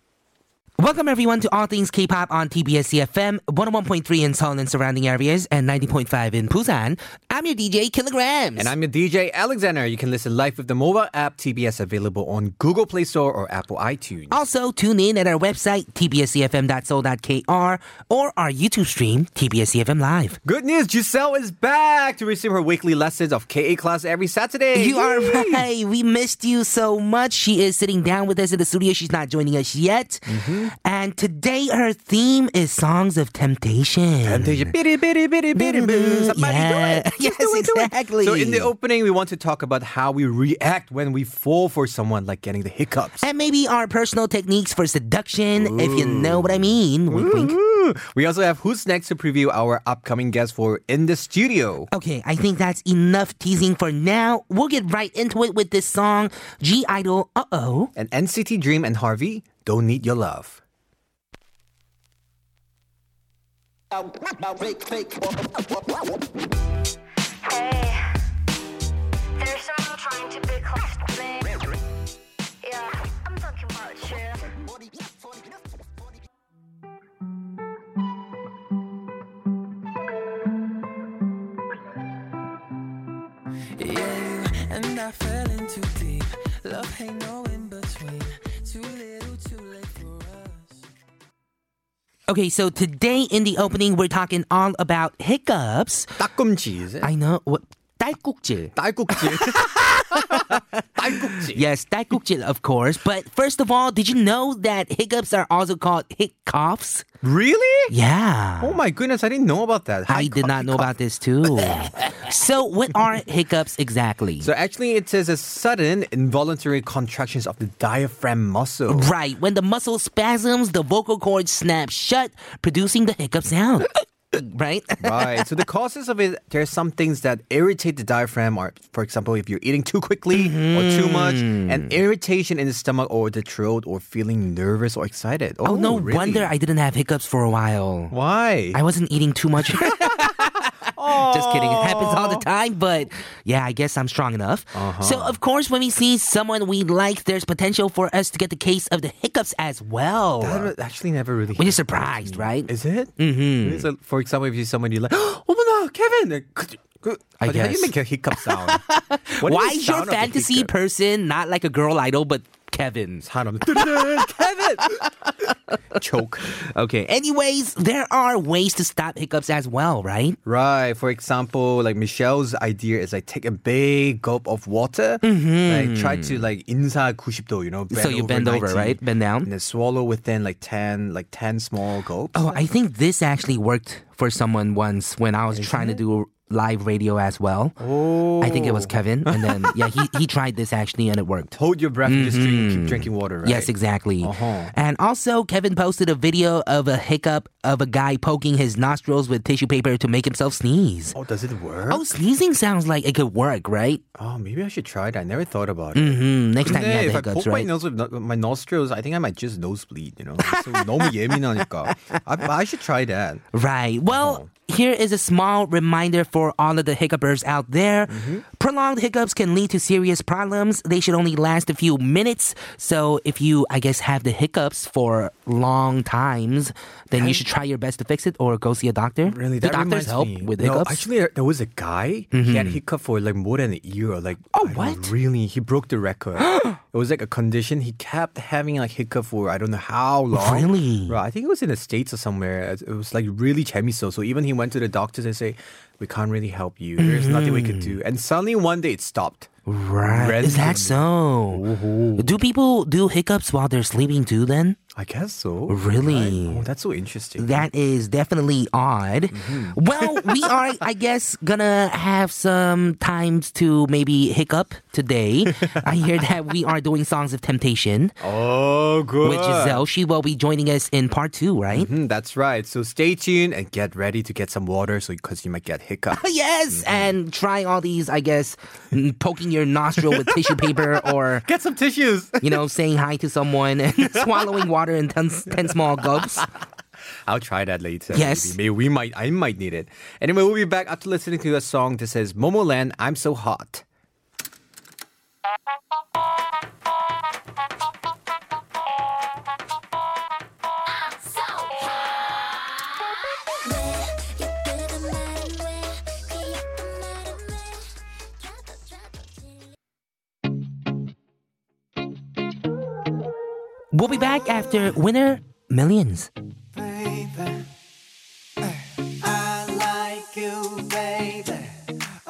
Speaker 1: Welcome everyone to All Things K-pop on TBS CFM 101.3 in Seoul and surrounding areas and 90.5 in Busan. I'm your DJ Kilograms.
Speaker 2: And I'm your DJ Alexander. You can listen live with the mobile app TBS available on Google Play Store or Apple iTunes.
Speaker 1: Also, tune in at our website, E tbscfm.soul.kr, or our YouTube stream, TBSCFM E Live.
Speaker 2: Good news, Giselle is back to receive her weekly lessons of KA class every Saturday.
Speaker 1: You are
Speaker 2: Yay!
Speaker 1: right. We missed you so much. She is sitting down with us in the studio. She's not joining us yet.
Speaker 2: Mm-hmm.
Speaker 1: And today, her theme is Songs of Temptation.
Speaker 2: Temptation. Bitty, bitty, bitty, bitty, boo. Somebody
Speaker 1: Yeah.
Speaker 2: do it. Just <laughs>
Speaker 1: Yes,
Speaker 2: do it, do it.
Speaker 1: exactly.
Speaker 2: So, in the opening, we want to talk about how we react when we fall for someone, like getting the hiccups. Mm-hmm.
Speaker 1: And maybe our personal techniques for seduction, if you know what I mean. Wink, wink.
Speaker 2: We also have Who's Next to preview our upcoming guest for In the Studio.
Speaker 1: Okay, I think that's enough teasing for now. We'll get right into it with this song, G Idol. Uh oh.
Speaker 2: And NCT Dream and Harvey, Don't Need Your Love.
Speaker 7: And I fell in too deep. Love ain't no in between. Too little, too late for us.
Speaker 1: Okay, so today in the opening, we're talking all about hiccups.
Speaker 2: 딸꿈치, is it?
Speaker 1: I know what. 딸꾹질.
Speaker 2: 딸꾹질. 딸꾹질.
Speaker 1: Yes, 딸꾹질, of course. But first of all, did you know that hiccups are also called hiccups?
Speaker 2: <laughs> Really?
Speaker 1: Yeah.
Speaker 2: Oh my goodness, I didn't know about that.
Speaker 1: I did not know about this too. <laughs> so, what are hiccups exactly?
Speaker 2: So actually, it says a sudden involuntary contractions of the diaphragm muscle.
Speaker 1: right, when the muscle spasms, the vocal cord snaps shut, producing the hiccup <laughs> sound. right?
Speaker 2: right. So the causes of it, there's some things that irritate the diaphragm. Are, for example, if you're eating too quickly or too much,
Speaker 1: Mm.
Speaker 2: and irritation in the stomach or the throat, or feeling nervous or excited. Oh,
Speaker 1: Oh, no
Speaker 2: really?
Speaker 1: wonder I didn't have hiccups for a while.
Speaker 2: Why?
Speaker 1: I wasn't eating too <laughs> much. Just kidding. It happens all the time, but yeah, I guess I'm strong enough. So, of course, when we see someone we like, there's potential for us to get the case of the hiccups as well.
Speaker 2: That actually never really.
Speaker 1: When you're
Speaker 2: hit me.
Speaker 1: surprised, right?
Speaker 2: Is it? Mm-hmm. So, for example, if you see someone you like, <gasps> oh no, Kevin. Could you- could-
Speaker 1: I
Speaker 2: how do you- How do
Speaker 1: guess.
Speaker 2: you make a
Speaker 1: <laughs>
Speaker 2: hiccup sound? What
Speaker 1: Why
Speaker 2: the
Speaker 1: is your
Speaker 2: sound of the
Speaker 1: fantasy
Speaker 2: hiccup?
Speaker 1: person not like a girl idol, but Kevin?
Speaker 2: 사람. <laughs> Kevin.
Speaker 1: <laughs>
Speaker 2: Choke.
Speaker 1: Okay. Anyways, there are ways to stop hiccups as well, right?
Speaker 2: Right. For example, like Michelle's idea is like take a big gulp of water, like try to like insa 90도, you know, bend
Speaker 1: Mm-hmm. so you
Speaker 2: over
Speaker 1: bend over,
Speaker 2: 90,
Speaker 1: right? Bend
Speaker 2: and
Speaker 1: down.
Speaker 2: then swallow within like ten, like ten small gulps.
Speaker 1: Oh, I think this actually worked for someone once when I was trying to do live radio as well. Oh. I think it was Kevin, and then yeah, he <laughs> he tried this actually, and it worked.
Speaker 2: Hold your breath and just drink, keep drinking water, right?
Speaker 1: Mm-hmm. Yes, exactly.
Speaker 2: Uh-huh.
Speaker 1: And also, Kevin posted a video of a hiccup of a guy poking his nostrils with tissue paper to make himself sneeze.
Speaker 2: Oh, does it work?
Speaker 1: Oh, sneezing sounds like it could work, right?
Speaker 2: Oh, maybe I should try it. I never thought about it.
Speaker 1: Mm, next time you
Speaker 2: 근데
Speaker 1: have
Speaker 2: if I
Speaker 1: hiccups,
Speaker 2: poke my
Speaker 1: right?
Speaker 2: nose with no- my nostrils, I think I might just nosebleed. You know, so 너무 예민하니까.
Speaker 1: <laughs>
Speaker 2: I, I should try that.
Speaker 1: Right. Well,
Speaker 2: Uh-huh.
Speaker 1: here is a small reminder for all of the hiccupers out there.
Speaker 2: Mm-hmm.
Speaker 1: Prolonged hiccups can lead to serious problems. They should only last a few minutes. So if you, I guess, have the hiccups for long times, then you should try your best to fix it or go see a doctor.
Speaker 2: Really,
Speaker 1: Do
Speaker 2: that
Speaker 1: doctors
Speaker 2: reminds
Speaker 1: help
Speaker 2: me.
Speaker 1: with hiccups?
Speaker 2: no,
Speaker 1: Mm-hmm.
Speaker 2: Actually, there- there was a guy. He had hiccup for like more than a year. Like, oh
Speaker 1: what?
Speaker 2: Really, he broke the
Speaker 1: <gasps>
Speaker 2: record. it was like a condition. He kept having like hiccup for I don't know how long.
Speaker 1: Really?
Speaker 2: Right. I think it was in the states or somewhere. It it was like really chemiso. So even he went to the doctors and say, "We can't really help you. There's nothing we could
Speaker 1: Mm-hmm.
Speaker 2: do." And suddenly one day it stopped.
Speaker 1: right. Is that so? Do people do hiccups while they're sleeping too? Then
Speaker 2: I guess so.
Speaker 1: Really?
Speaker 2: Right? Oh, that's so interesting.
Speaker 1: That is definitely odd. Well, we are, I guess, gonna have some times to maybe hiccup today. I hear that we are doing Songs of Temptation
Speaker 2: oh, good.
Speaker 1: with Giselle. She will be joining us in part two, right?
Speaker 2: Mhm, that's right. So stay tuned and get ready to get some water, so because you might get hiccup.
Speaker 1: Oh, Yes, and try all these, I guess, mm, poking your nostril with tissue paper or,
Speaker 2: get some tissues.
Speaker 1: you know, saying hi to someone and <laughs> swallowing water in 10, 10 small gulps.
Speaker 2: <laughs> I'll try that later.
Speaker 1: Yes.
Speaker 2: Maybe. Maybe we might I might need it. Anyway, we'll be back after listening to a song that says Momoland, I'm so hot.
Speaker 1: We'll be back after Winner Millions.
Speaker 7: baby. eh, I like you, baby.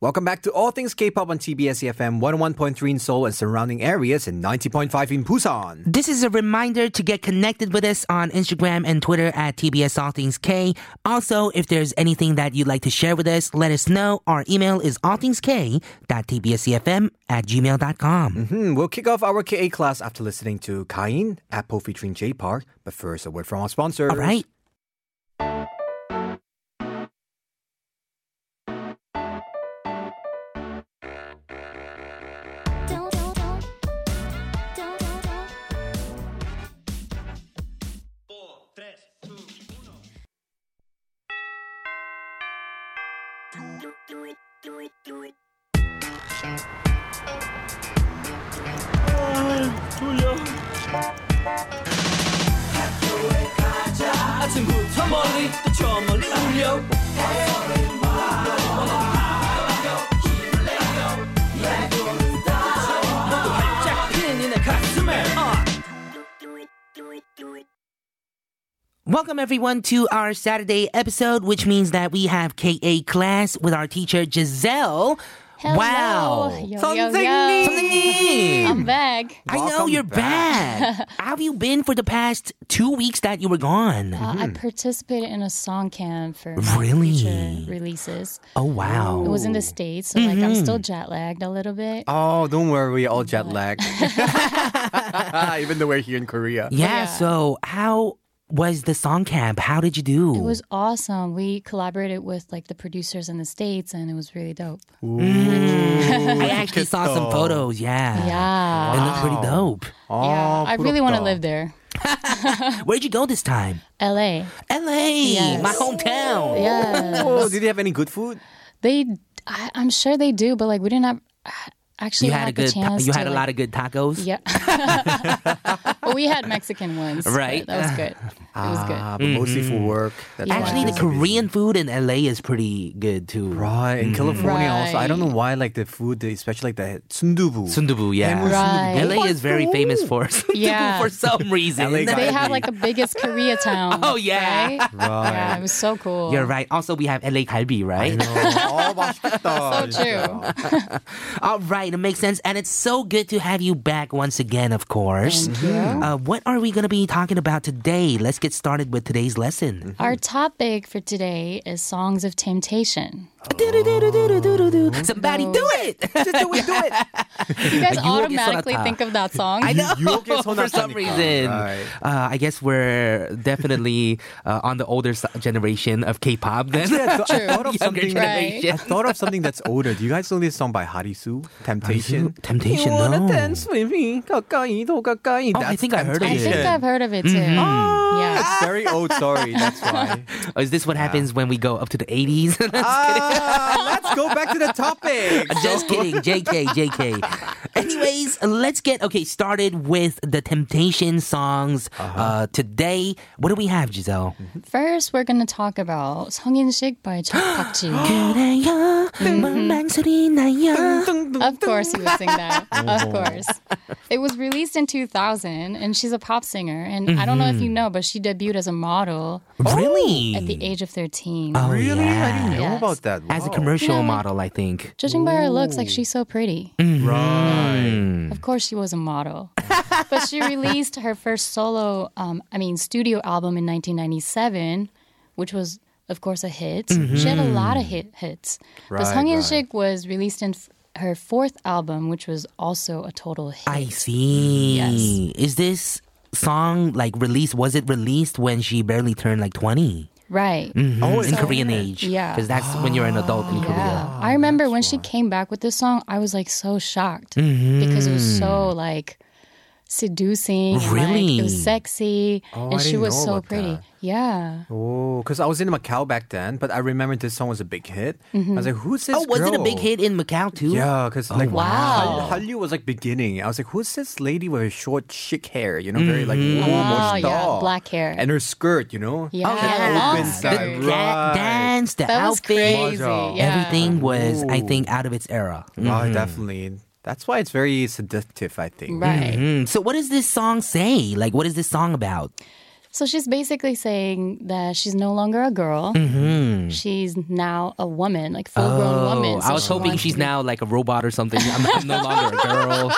Speaker 2: Welcome back to All Things K-pop on TBS EFM 101.3 in Seoul and surrounding areas and 90.5 in Busan.
Speaker 1: This is a reminder to get connected with us on Instagram and Twitter at TBS All Things K. Also, if there's anything that you'd like to share with us, let us know. Our email is allthingsk.tbscfm E at gmail.com.
Speaker 2: Hmm, we'll kick off our KA class after listening to Kain, Apple featuring J Park. But first, a word from our sponsor.
Speaker 1: All right.
Speaker 7: 아침부터 멀리 또 저 멀리 울려 너도 활짝 핀 이내 가슴에 어.
Speaker 1: Welcome everyone to our Saturday episode, which means that we have KA class with our teacher Giselle.
Speaker 3: Hello.
Speaker 1: Wow.
Speaker 3: Yo, yo, yo.
Speaker 1: 선생님!
Speaker 3: I'm back.
Speaker 1: I know you're back. How have you been for the past two weeks that you were gone?
Speaker 3: Uh, I participated in a song camp for
Speaker 1: Mm-hmm. Really?
Speaker 3: really? future releases.
Speaker 1: oh wow.
Speaker 3: It was in the States, so like I'm still
Speaker 1: Mm-hmm.
Speaker 3: jet lagged a little bit.
Speaker 2: Oh, don't worry, we all
Speaker 1: <laughs>
Speaker 2: jet lagged. <laughs> Even though we're here in
Speaker 3: Oh,
Speaker 2: Korea.
Speaker 1: Yeah, so how was the song camp? How did you do?
Speaker 3: It was awesome. We collaborated with like the producers in the States and it was really dope. <laughs>
Speaker 1: I actually saw some photos, Mm. yeah.
Speaker 3: Yeah.
Speaker 1: It looked pretty dope.
Speaker 3: yeah. I really want to
Speaker 2: 부럽다.
Speaker 3: live there.
Speaker 1: Where'd you go this time?
Speaker 3: LA.
Speaker 1: LA, my hometown.
Speaker 3: Yeah.
Speaker 2: Oh, did you have any good food?
Speaker 3: they I, I'm sure they do, but like we didn't have uh, actually
Speaker 1: You had a
Speaker 3: have the
Speaker 1: good ta-
Speaker 3: chance
Speaker 1: you
Speaker 3: to,
Speaker 1: had a
Speaker 3: like,
Speaker 1: lot of good tacos.
Speaker 3: <laughs>
Speaker 1: <laughs>
Speaker 3: Yeah. well, we had Mexican ones. but
Speaker 1: Right.
Speaker 3: That was good. It was good.
Speaker 2: Ah, but mostly
Speaker 1: Mm-hmm.
Speaker 2: for work. That's why
Speaker 1: Actually,
Speaker 2: it's
Speaker 1: the
Speaker 2: so busy.
Speaker 1: Korean food in LA is pretty good too.
Speaker 2: Right,
Speaker 1: Mm-hmm.
Speaker 2: in California also. I don't know why, like the food, they- especially like the sundubu.
Speaker 1: Sundubu, yeah.
Speaker 3: Right.
Speaker 1: LA is very famous for <laughs> sundubu
Speaker 3: Yeah.
Speaker 1: for some reason.
Speaker 2: LA got
Speaker 3: They
Speaker 2: Right.
Speaker 3: have like the biggest Koreatown.
Speaker 1: <laughs> Oh, yeah.
Speaker 3: Right? Yeah, it was so cool.
Speaker 1: You're right. Also, we have LA Kalbi, right?
Speaker 2: oh, 맛있겠다.
Speaker 3: So true.
Speaker 1: <laughs> All right, it makes sense. And it's so good to have you back once again, of course.
Speaker 2: Oh.
Speaker 1: Uh, what are we going to be talking about today? Let's get started with today's lesson.
Speaker 3: Our topic for today is songs of temptation.
Speaker 2: Oh.
Speaker 1: Somebody do it! <laughs> Just do it, do it!
Speaker 3: You guys
Speaker 1: Like, you will get
Speaker 3: automatically
Speaker 1: Sonata.
Speaker 3: think of that song.
Speaker 1: I know. <laughs> For
Speaker 2: 유혹의
Speaker 1: some
Speaker 2: 선악과니까.
Speaker 1: reason.
Speaker 2: Right.
Speaker 1: Uh, I guess we're
Speaker 2: <laughs>
Speaker 1: definitely uh, on the older s- generation of K pop then. <laughs>
Speaker 2: Yeah, I thought- I
Speaker 3: True.
Speaker 2: thought of
Speaker 1: Younger
Speaker 2: something.
Speaker 3: Right.
Speaker 2: I thought of something that's older. Do you guys know this song by Harisu?
Speaker 1: <laughs>
Speaker 2: Temptation.
Speaker 1: Temptation, no.
Speaker 2: with me? 가까이도 가까이.
Speaker 1: Oh, I
Speaker 2: That's
Speaker 1: think I heard of
Speaker 3: I think
Speaker 1: it.
Speaker 2: Temptation.
Speaker 3: I've heard of it too.
Speaker 1: Mm-hmm.
Speaker 3: Yeah.
Speaker 1: Ah.
Speaker 2: It's very old. Sorry, that's why.
Speaker 1: Oh, is this what happens when we go up to the <laughs> 80s?
Speaker 2: Ah, let's go back to the topic.
Speaker 1: Just kidding, JK,
Speaker 2: <laughs>
Speaker 1: JK. Anyways, let's get okay started with the Temptation songs uh
Speaker 2: Uh-huh.
Speaker 1: today. What do we have,
Speaker 2: <laughs>
Speaker 1: Giselle?
Speaker 3: First, we're going to talk about 성인식 by Park
Speaker 1: <gasps>
Speaker 3: Ji.
Speaker 1: 그래요, 멍만 소리 나요.
Speaker 3: Of course, he would sing
Speaker 1: <laughs>
Speaker 3: that.
Speaker 1: Oh.
Speaker 3: Of course. It was released in 2000, and she's a pop singer. And I don't know
Speaker 1: Mm-hmm.
Speaker 3: if you know, but she debuted as a model
Speaker 1: Really?
Speaker 3: at the age of
Speaker 1: <laughs>
Speaker 3: 13.
Speaker 1: Oh,
Speaker 2: Really? I
Speaker 1: yeah.
Speaker 2: didn't know
Speaker 3: Yes.
Speaker 2: about that.
Speaker 1: As a
Speaker 2: Wow.
Speaker 1: commercial
Speaker 3: Yeah.
Speaker 1: model, I think.
Speaker 3: Judging by her looks, like she's so pretty.
Speaker 2: Right.
Speaker 1: Mm-hmm.
Speaker 3: Of course, she was a model.
Speaker 2: <laughs>
Speaker 3: but she released her first solo, um, I mean, studio album in 1997, which was, of course, a hit. She had a lot of hit hits.
Speaker 2: Mm-hmm. Right,
Speaker 3: but Sung In Shik was released in f- her fourth album, which was also a total hit.
Speaker 1: I see.
Speaker 3: Yes.
Speaker 1: Is this song like released? Was it released when she barely turned like 20?
Speaker 3: right.
Speaker 2: Mm. Mm-hmm.
Speaker 1: Oh, in Korean age.
Speaker 3: Yeah.
Speaker 1: Because that's when you're an adult in Korea.
Speaker 3: Yeah. I remember when she came back with this song, I was like so shocked
Speaker 2: Mm-hmm.
Speaker 3: because it was so like seducing. and, like, it
Speaker 1: Really?
Speaker 3: was sexy.
Speaker 2: Oh,
Speaker 3: and
Speaker 2: I
Speaker 3: she
Speaker 2: didn't
Speaker 3: was
Speaker 2: know
Speaker 3: so
Speaker 2: about
Speaker 3: pretty.
Speaker 2: that.
Speaker 3: Yeah.
Speaker 2: Oh, because I was in Macau back then, but I remember this song was a big hit.
Speaker 3: Mm-hmm.
Speaker 2: I was like, who's this
Speaker 1: Oh, was it a big
Speaker 2: girl?
Speaker 1: hit in Macau too? Oh,
Speaker 2: Yeah, because like
Speaker 3: wow.
Speaker 2: Hallyu- Hallyu was like beginning. I was like, who's this lady with her short, chic hair? You know, very like
Speaker 1: Mm-hmm.
Speaker 3: Oh,
Speaker 2: warm
Speaker 3: yeah. Black hair.
Speaker 2: and her skirt. You know,
Speaker 3: yeah.
Speaker 1: Oh,
Speaker 3: the long
Speaker 2: open
Speaker 1: The
Speaker 2: side,
Speaker 3: skirt.
Speaker 1: da-
Speaker 2: right.
Speaker 1: dance, the
Speaker 3: That was
Speaker 1: outfit,
Speaker 3: crazy.
Speaker 2: Mahjong.
Speaker 3: Yeah.
Speaker 1: everything was, I
Speaker 2: Ooh.
Speaker 1: think, out of its era.
Speaker 2: Oh, definitely. That's why it's very seductive. I think.
Speaker 1: Mm-hmm.
Speaker 3: Right.
Speaker 1: Mm, So, what does this song say? Like, what is this song about?
Speaker 3: So she's basically saying that she's no longer a girl.
Speaker 1: Mm.
Speaker 3: She's now a woman, like full grown woman.
Speaker 1: Mm-hmm.
Speaker 3: So
Speaker 1: Oh, I was
Speaker 3: she
Speaker 1: hoping
Speaker 3: wants
Speaker 1: she's
Speaker 3: to-
Speaker 1: now like a robot or something. I'm, I'm no longer a
Speaker 3: <laughs>
Speaker 1: girl.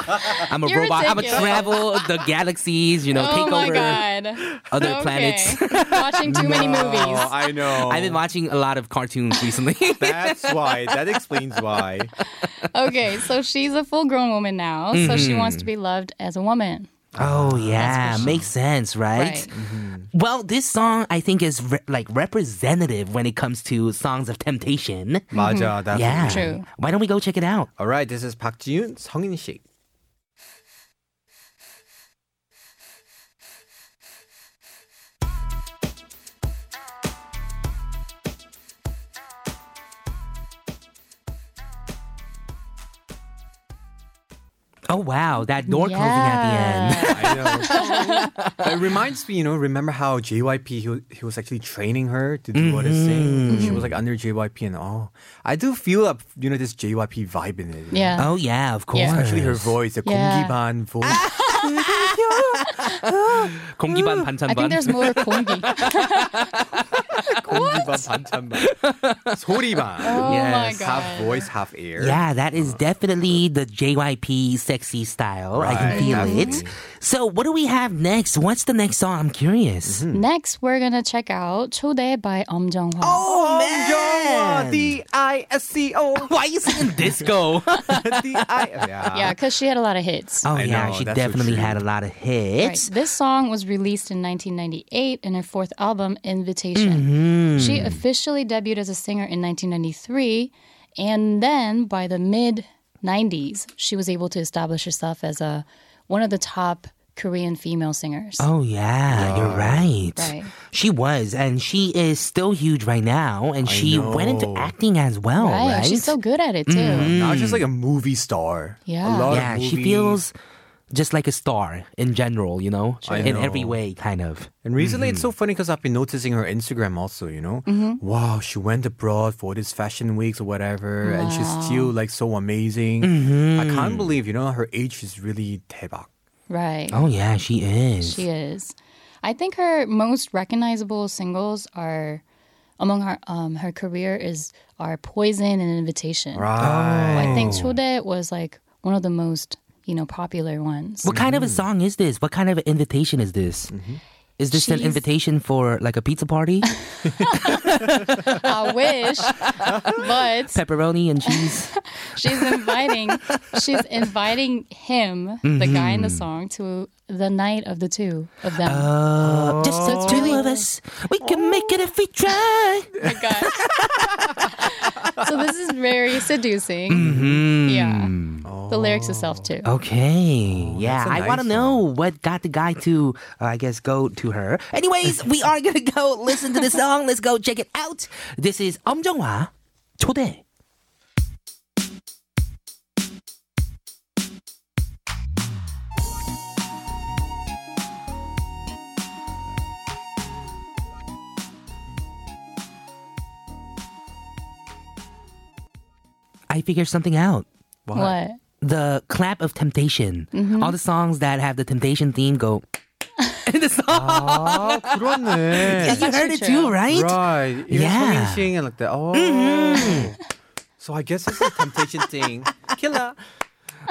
Speaker 1: I'm a
Speaker 3: You're
Speaker 1: robot. I'm
Speaker 3: ridiculous.
Speaker 1: gonna travel the galaxies. You know,
Speaker 3: Oh
Speaker 1: take
Speaker 3: my
Speaker 1: over
Speaker 3: god.
Speaker 1: other
Speaker 3: Okay.
Speaker 1: planets. <laughs>
Speaker 3: <laughs> Watching too many movies.
Speaker 2: Oh, I know.
Speaker 1: I've been <laughs> watching a lot of cartoons recently. <laughs>
Speaker 2: That's why. That explains why.
Speaker 3: Okay, so she's a full grown woman now. So
Speaker 1: Mm-hmm.
Speaker 3: she wants to be loved as a woman.
Speaker 1: oh yeah, makes sense, right?
Speaker 3: Right.
Speaker 1: Well, this song I think is re- like representative when it comes to songs of temptation.
Speaker 3: Mm-hmm.
Speaker 2: 맞아. That's
Speaker 1: Yeah.
Speaker 3: True.
Speaker 1: Why don't we go check it out?
Speaker 2: All right. This is Park Ji-yoon, 성인 씨.
Speaker 1: Oh wow, that door closing at the end.
Speaker 2: I
Speaker 3: <laughs>
Speaker 2: know. it reminds me, you know, remember how JYP he was, he was actually training her to do what it's saying. She was like under JYP, and oh, I do feel up, you know, this JYP vibe in it.
Speaker 1: <laughs>
Speaker 3: Yeah.
Speaker 1: Oh yeah, of course.
Speaker 3: Yeah.
Speaker 2: Especially her voice, the
Speaker 3: Yeah.
Speaker 2: 공기반 voice.
Speaker 3: <laughs>
Speaker 1: 공기반
Speaker 3: I think
Speaker 1: 반찬반. <laughs>
Speaker 3: there's more 공기.
Speaker 2: 공기반 반찬반. 소리반.
Speaker 3: <laughs> Oh my
Speaker 1: Yes.
Speaker 2: Half
Speaker 3: god.
Speaker 2: voice, half air.
Speaker 1: Yeah, that is definitely the JYP sexy style. I can
Speaker 2: Right,
Speaker 1: feel it.
Speaker 2: definitely.
Speaker 1: So, what do we have next? What's the next song? I'm curious.
Speaker 2: Mm-hmm.
Speaker 3: Next, we're gonna check out 초대 by Om Jung Hwa.
Speaker 1: Oh,
Speaker 2: Yeonghwa, D-I-S-C-O.
Speaker 1: Why are you singing <laughs> disco?
Speaker 2: D-I- yeah.
Speaker 3: Yeah, because she had a lot of hits.
Speaker 1: oh,
Speaker 2: <laughs> I
Speaker 1: yeah,
Speaker 2: know,
Speaker 1: she
Speaker 2: that's so
Speaker 1: definitely
Speaker 2: true.
Speaker 1: had a lot of
Speaker 3: Right.
Speaker 1: hits.
Speaker 3: This song was released in 1998 in her fourth album, Invitation.
Speaker 1: Hmm. Mm-hmm.
Speaker 3: She officially debuted as a singer in 1993, and then by the mid 90s, she was able to establish herself as a one of the top Korean female singers.
Speaker 1: Oh, yeah, you're right.
Speaker 3: Right.
Speaker 1: She was, and she is still huge right now, and she went into
Speaker 2: know.
Speaker 1: acting as well, right? Mm-hmm.
Speaker 3: She's so good at it too.
Speaker 2: Now she's like a movie star.
Speaker 3: Yeah.
Speaker 2: A lot
Speaker 1: yeah,
Speaker 2: of
Speaker 1: she
Speaker 2: movies.
Speaker 1: feels just like a star in general, you know?
Speaker 2: I
Speaker 1: In
Speaker 2: know.
Speaker 1: every way, kind of.
Speaker 2: And recently, it's so funny because I've been noticing her Instagram also. You know, wow, she went abroad for this fashion weeks or whatever, and she's still like so amazing. I can't believe you know her age is really 대박.
Speaker 3: Right.
Speaker 1: Oh, yeah, she is.
Speaker 3: She is. I think her most recognizable singles are among her um, her career is are Poison and Invitation.
Speaker 2: Right.
Speaker 3: Oh, I think Chode was like one of the most, you know, popular ones.
Speaker 1: What kind of a song is this? What kind of an invitation is this?
Speaker 2: Mm-hmm.
Speaker 1: Is this an
Speaker 3: She's-
Speaker 1: invitation for like a pizza
Speaker 3: <laughs>
Speaker 1: party?
Speaker 3: I wish, but
Speaker 1: Pepperoni and
Speaker 2: <laughs>
Speaker 1: cheese?
Speaker 3: she's inviting she's inviting him, the guy in the song, to the night of the two of them.
Speaker 1: Uh, just the
Speaker 3: That's
Speaker 1: two
Speaker 3: really
Speaker 1: of
Speaker 3: good.
Speaker 1: us. We can make it if we try.
Speaker 3: my gosh. <laughs> so this is very seducing. Yeah. The lyrics itself too.
Speaker 1: Uh, Okay. yeah,
Speaker 2: Oh, that's a
Speaker 1: I want to
Speaker 2: nice
Speaker 1: know what got the guy to, uh, I guess, go to her. Anyways, we are going to <laughs> go listen to the song. Let's go check it out. This is Um Jung-hwa, 초대. I figured something out.
Speaker 3: What?
Speaker 1: the clap of temptation. All the songs that have the temptation theme go in the song.
Speaker 2: 그렇네.
Speaker 1: you heard it too, right?
Speaker 2: right.
Speaker 1: Yeah.
Speaker 2: Yeah. and like that. Oh. So I guess it's a temptation thing. Killer.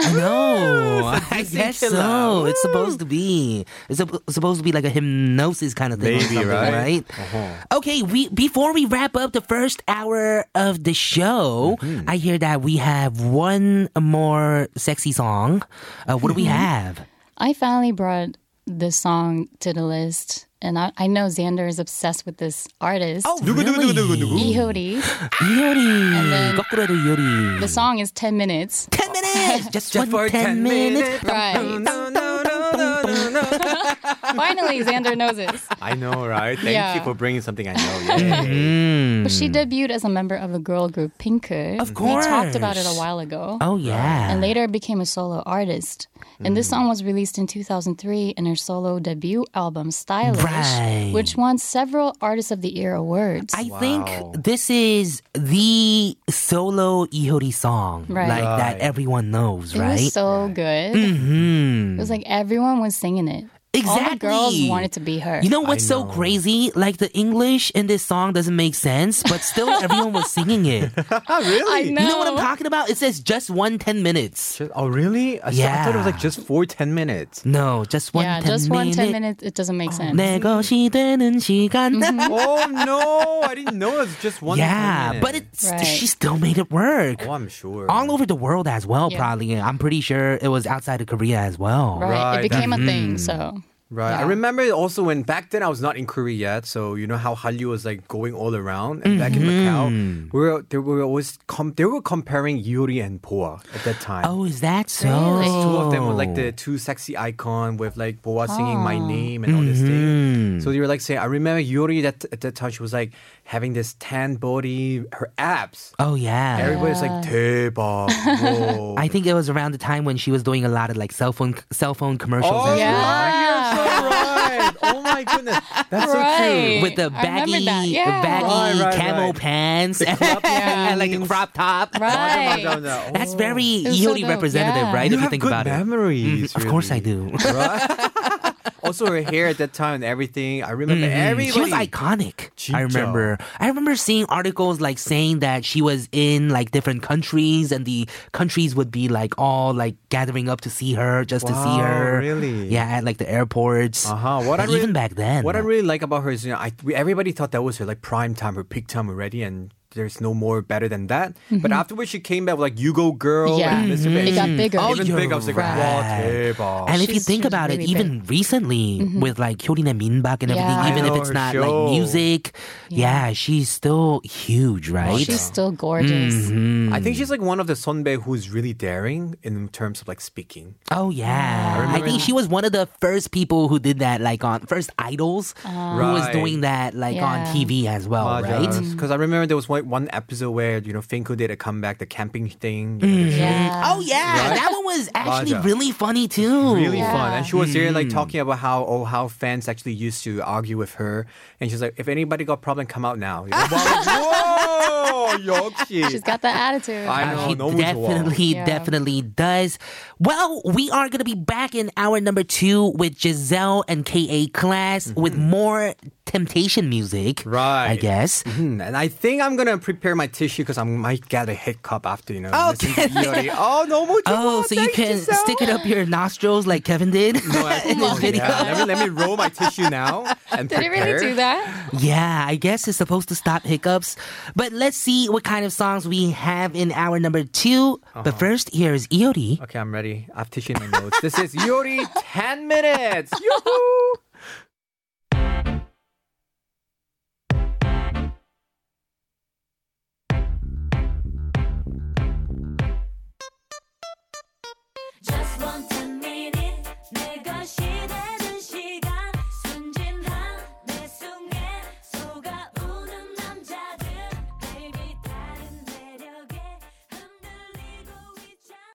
Speaker 1: I know. I
Speaker 2: seducing
Speaker 1: guess
Speaker 2: killer.
Speaker 1: so. It's supposed to be. It's sup- supposed to be like a hypnosis kind of thing, or
Speaker 2: Maybe,
Speaker 1: something,
Speaker 2: right?
Speaker 1: right? Okay. We before we wrap up the first hour of the show, I hear that we have one more sexy song. Uh, what do we have?
Speaker 3: I finally brought this song to the list, and I, I know Xander is obsessed with this artist, oh. Ihori. And
Speaker 1: Yori.
Speaker 3: then-
Speaker 1: 거꾸로 해도 Yori.
Speaker 3: The song is 10 minutes.
Speaker 1: Ten minutes. Just,
Speaker 2: Just
Speaker 1: one
Speaker 2: for 10 minutes.
Speaker 3: Right.
Speaker 2: No, no, no, no, no, no.
Speaker 3: Finally, Xander knows this.
Speaker 2: I know, right? Thank
Speaker 3: Yeah.
Speaker 2: you for bringing something I
Speaker 1: <laughs>
Speaker 2: know. <laughs> Yeah.
Speaker 1: Mm.
Speaker 3: But she debuted as a member of a girl group, Pinker.
Speaker 1: Hmm. Of
Speaker 3: We talked about it a
Speaker 1: course.
Speaker 3: while ago.
Speaker 1: Oh yeah. Hmm.
Speaker 3: And later became a solo artist. And this song was released in 2003 in her solo debut album, Stylish,
Speaker 1: Right.
Speaker 3: which won several Artists of the Year awards.
Speaker 1: I think this is the solo Ihori song,
Speaker 3: Right.
Speaker 1: like that everyone knows,
Speaker 3: it
Speaker 1: right? Hmm. Mm-hmm.
Speaker 3: was so good. It was like everyone was singing it.
Speaker 1: Exactly.
Speaker 3: All the girls wanted to be her.
Speaker 1: You know what's so crazy? Like the English in this song doesn't make sense, but
Speaker 3: <laughs>
Speaker 1: still everyone was singing it.
Speaker 3: I know.
Speaker 1: You know what I'm talking about? It says just one 10 minutes.
Speaker 2: Oh, really? I, yeah. I thought it was like just four 10
Speaker 3: <laughs>
Speaker 2: minutes.
Speaker 1: No, just one
Speaker 3: yeah,
Speaker 1: 10
Speaker 3: just one ten
Speaker 1: minute. Oh,
Speaker 3: minutes. Mm-hmm. It doesn't make sense.
Speaker 1: 내 것이 되는 시간.
Speaker 2: oh, no. I didn't know it's just <laughs> one 10
Speaker 1: yeah,
Speaker 2: minute.
Speaker 1: but it's,
Speaker 3: Right.
Speaker 1: she still made it work.
Speaker 2: Oh, I'm sure.
Speaker 1: All over the world as well,
Speaker 3: Yeah.
Speaker 1: probably. I'm pretty sure it was outside of Korea as well.
Speaker 3: Right.
Speaker 2: Right,
Speaker 3: It became a
Speaker 1: Hmm.
Speaker 3: thing. So
Speaker 2: Right. I remember also when back then I was not in Korea yet, so you know how Hallyu was like going all around, and back in
Speaker 1: Mm-hmm.
Speaker 2: Macau, we were, they were always com- they were comparing Yuri and Boa at that time.
Speaker 1: Oh, is that so?
Speaker 2: Like, two of them were like the two sexy icon with like Boa singing my
Speaker 1: Oh.
Speaker 2: name and all this
Speaker 1: Mm-hmm.
Speaker 2: thing.
Speaker 1: Mm.
Speaker 2: So they were like saying, I remember Yuri that at that time she was like having this tan body, her abs.
Speaker 1: Oh, yeah.
Speaker 2: Everybody's like 대박. whoa."
Speaker 1: I think it was around the time when she was doing a lot of like cell phone cell phone commercials
Speaker 2: Oh,
Speaker 1: as
Speaker 3: Yeah.
Speaker 2: right, you're so right. Oh my goodness, that's so true.
Speaker 3: Right.
Speaker 1: well. With the
Speaker 3: I remember
Speaker 1: baggy,
Speaker 3: that. Yeah.
Speaker 1: baggy
Speaker 2: Right, right,
Speaker 1: camo
Speaker 2: right.
Speaker 1: pants, <laughs> and like the crop top.
Speaker 3: right.
Speaker 2: 맞아, 맞아. 어.
Speaker 1: That's very
Speaker 3: was so
Speaker 1: Yoli
Speaker 3: dope.
Speaker 1: representative,
Speaker 3: Yeah.
Speaker 1: right?
Speaker 2: You
Speaker 1: if you
Speaker 2: have
Speaker 1: think
Speaker 2: good
Speaker 1: about
Speaker 2: memories.
Speaker 1: it. Mm-hmm. Of course,
Speaker 2: <laughs>
Speaker 1: I do. <laughs>
Speaker 2: also, her hair at that time and everything. I remember everybody.
Speaker 1: Mm-hmm. She was iconic. I
Speaker 2: 진짜.
Speaker 1: remember. I remember seeing articles like saying that she was in like different countries, and the countries would be like all like gathering up to see her, just to see
Speaker 2: Wow,
Speaker 1: her.
Speaker 2: really?
Speaker 1: Yeah, at like the airports.
Speaker 2: Uh-huh. What I
Speaker 1: Like,
Speaker 2: re-
Speaker 1: even back then.
Speaker 2: What I really like about her is, you know, I, we, everybody thought that was her like prime time, her peak time already, and there's no more better than that. But afterwards, she came back with like "You Go Girl"
Speaker 3: Mm-hmm. Yeah. Mm-hmm.
Speaker 2: and Mr. Big.
Speaker 3: It got bigger.
Speaker 2: Even
Speaker 1: oh, you're
Speaker 2: big, I was like, Oh, wow,
Speaker 1: right.
Speaker 2: 대박.
Speaker 1: And if you
Speaker 3: She's-
Speaker 1: think
Speaker 3: she's
Speaker 1: about it,
Speaker 3: really Mm-hmm.
Speaker 1: even recently with like Hyorin and Minbak and everything,
Speaker 3: Yeah.
Speaker 1: even if
Speaker 2: I
Speaker 1: it's
Speaker 2: know,
Speaker 1: not
Speaker 2: her
Speaker 1: like
Speaker 2: show.
Speaker 1: music, yeah. she's still huge, right?
Speaker 3: she's still gorgeous.
Speaker 1: Mm-hmm.
Speaker 2: I
Speaker 1: Mm.
Speaker 2: think she's like one of the sonbae who's really daring in terms of like speaking.
Speaker 1: Oh
Speaker 2: Ah,
Speaker 1: yeah, I, think she was one of the first people who did that, like on first idols,
Speaker 3: Um,
Speaker 1: who was
Speaker 2: Right.
Speaker 1: doing that like on
Speaker 3: Yeah. Mm-hmm.
Speaker 1: TV as well, Oh, right?
Speaker 2: Because I remember there was one, one episode where you know Finko did a comeback, the camping thing. you know, the
Speaker 3: Yeah.
Speaker 1: Oh yeah, that one was actually
Speaker 2: Raja.
Speaker 1: really funny too.
Speaker 2: really fun.
Speaker 3: Mm. Yeah.
Speaker 2: And she was there like talking about how oh how fans actually used to argue with her, and she's like, if anybody got problem, come out now. You know,
Speaker 3: <laughs>
Speaker 2: like, Whoa, 역시.
Speaker 3: She's "Ah, got that attitude.
Speaker 2: I
Speaker 1: Uh,
Speaker 2: know,
Speaker 1: he
Speaker 2: 너무
Speaker 1: definitely,
Speaker 3: Yeah.
Speaker 1: definitely does. Well, we are going to be back in hour number two with Giselle and KA class with more temptation music.
Speaker 2: Mm-hmm. Right.
Speaker 1: I guess.
Speaker 2: Hmm, and I think I'm gonna prepare my tissue because I might get a hiccup after you know.
Speaker 1: <laughs>
Speaker 2: listening to Yuri. oh no, more
Speaker 1: Oh, so you can stick it up your nostrils like Kevin did
Speaker 2: <laughs>
Speaker 1: <laughs> in this video.
Speaker 2: Oh, let, me, let me roll my tissue now and
Speaker 3: Did it
Speaker 2: prepare.
Speaker 3: really do that?
Speaker 1: Yeah, I guess it's supposed to stop hiccups. But let's see what kind of songs we have in hour number 2 But first, here is E Iori.
Speaker 2: Okay, I'm ready. I've tissue in my notes. This is Yuri 10 minutes. Yoo-hoo!
Speaker 7: Just one 10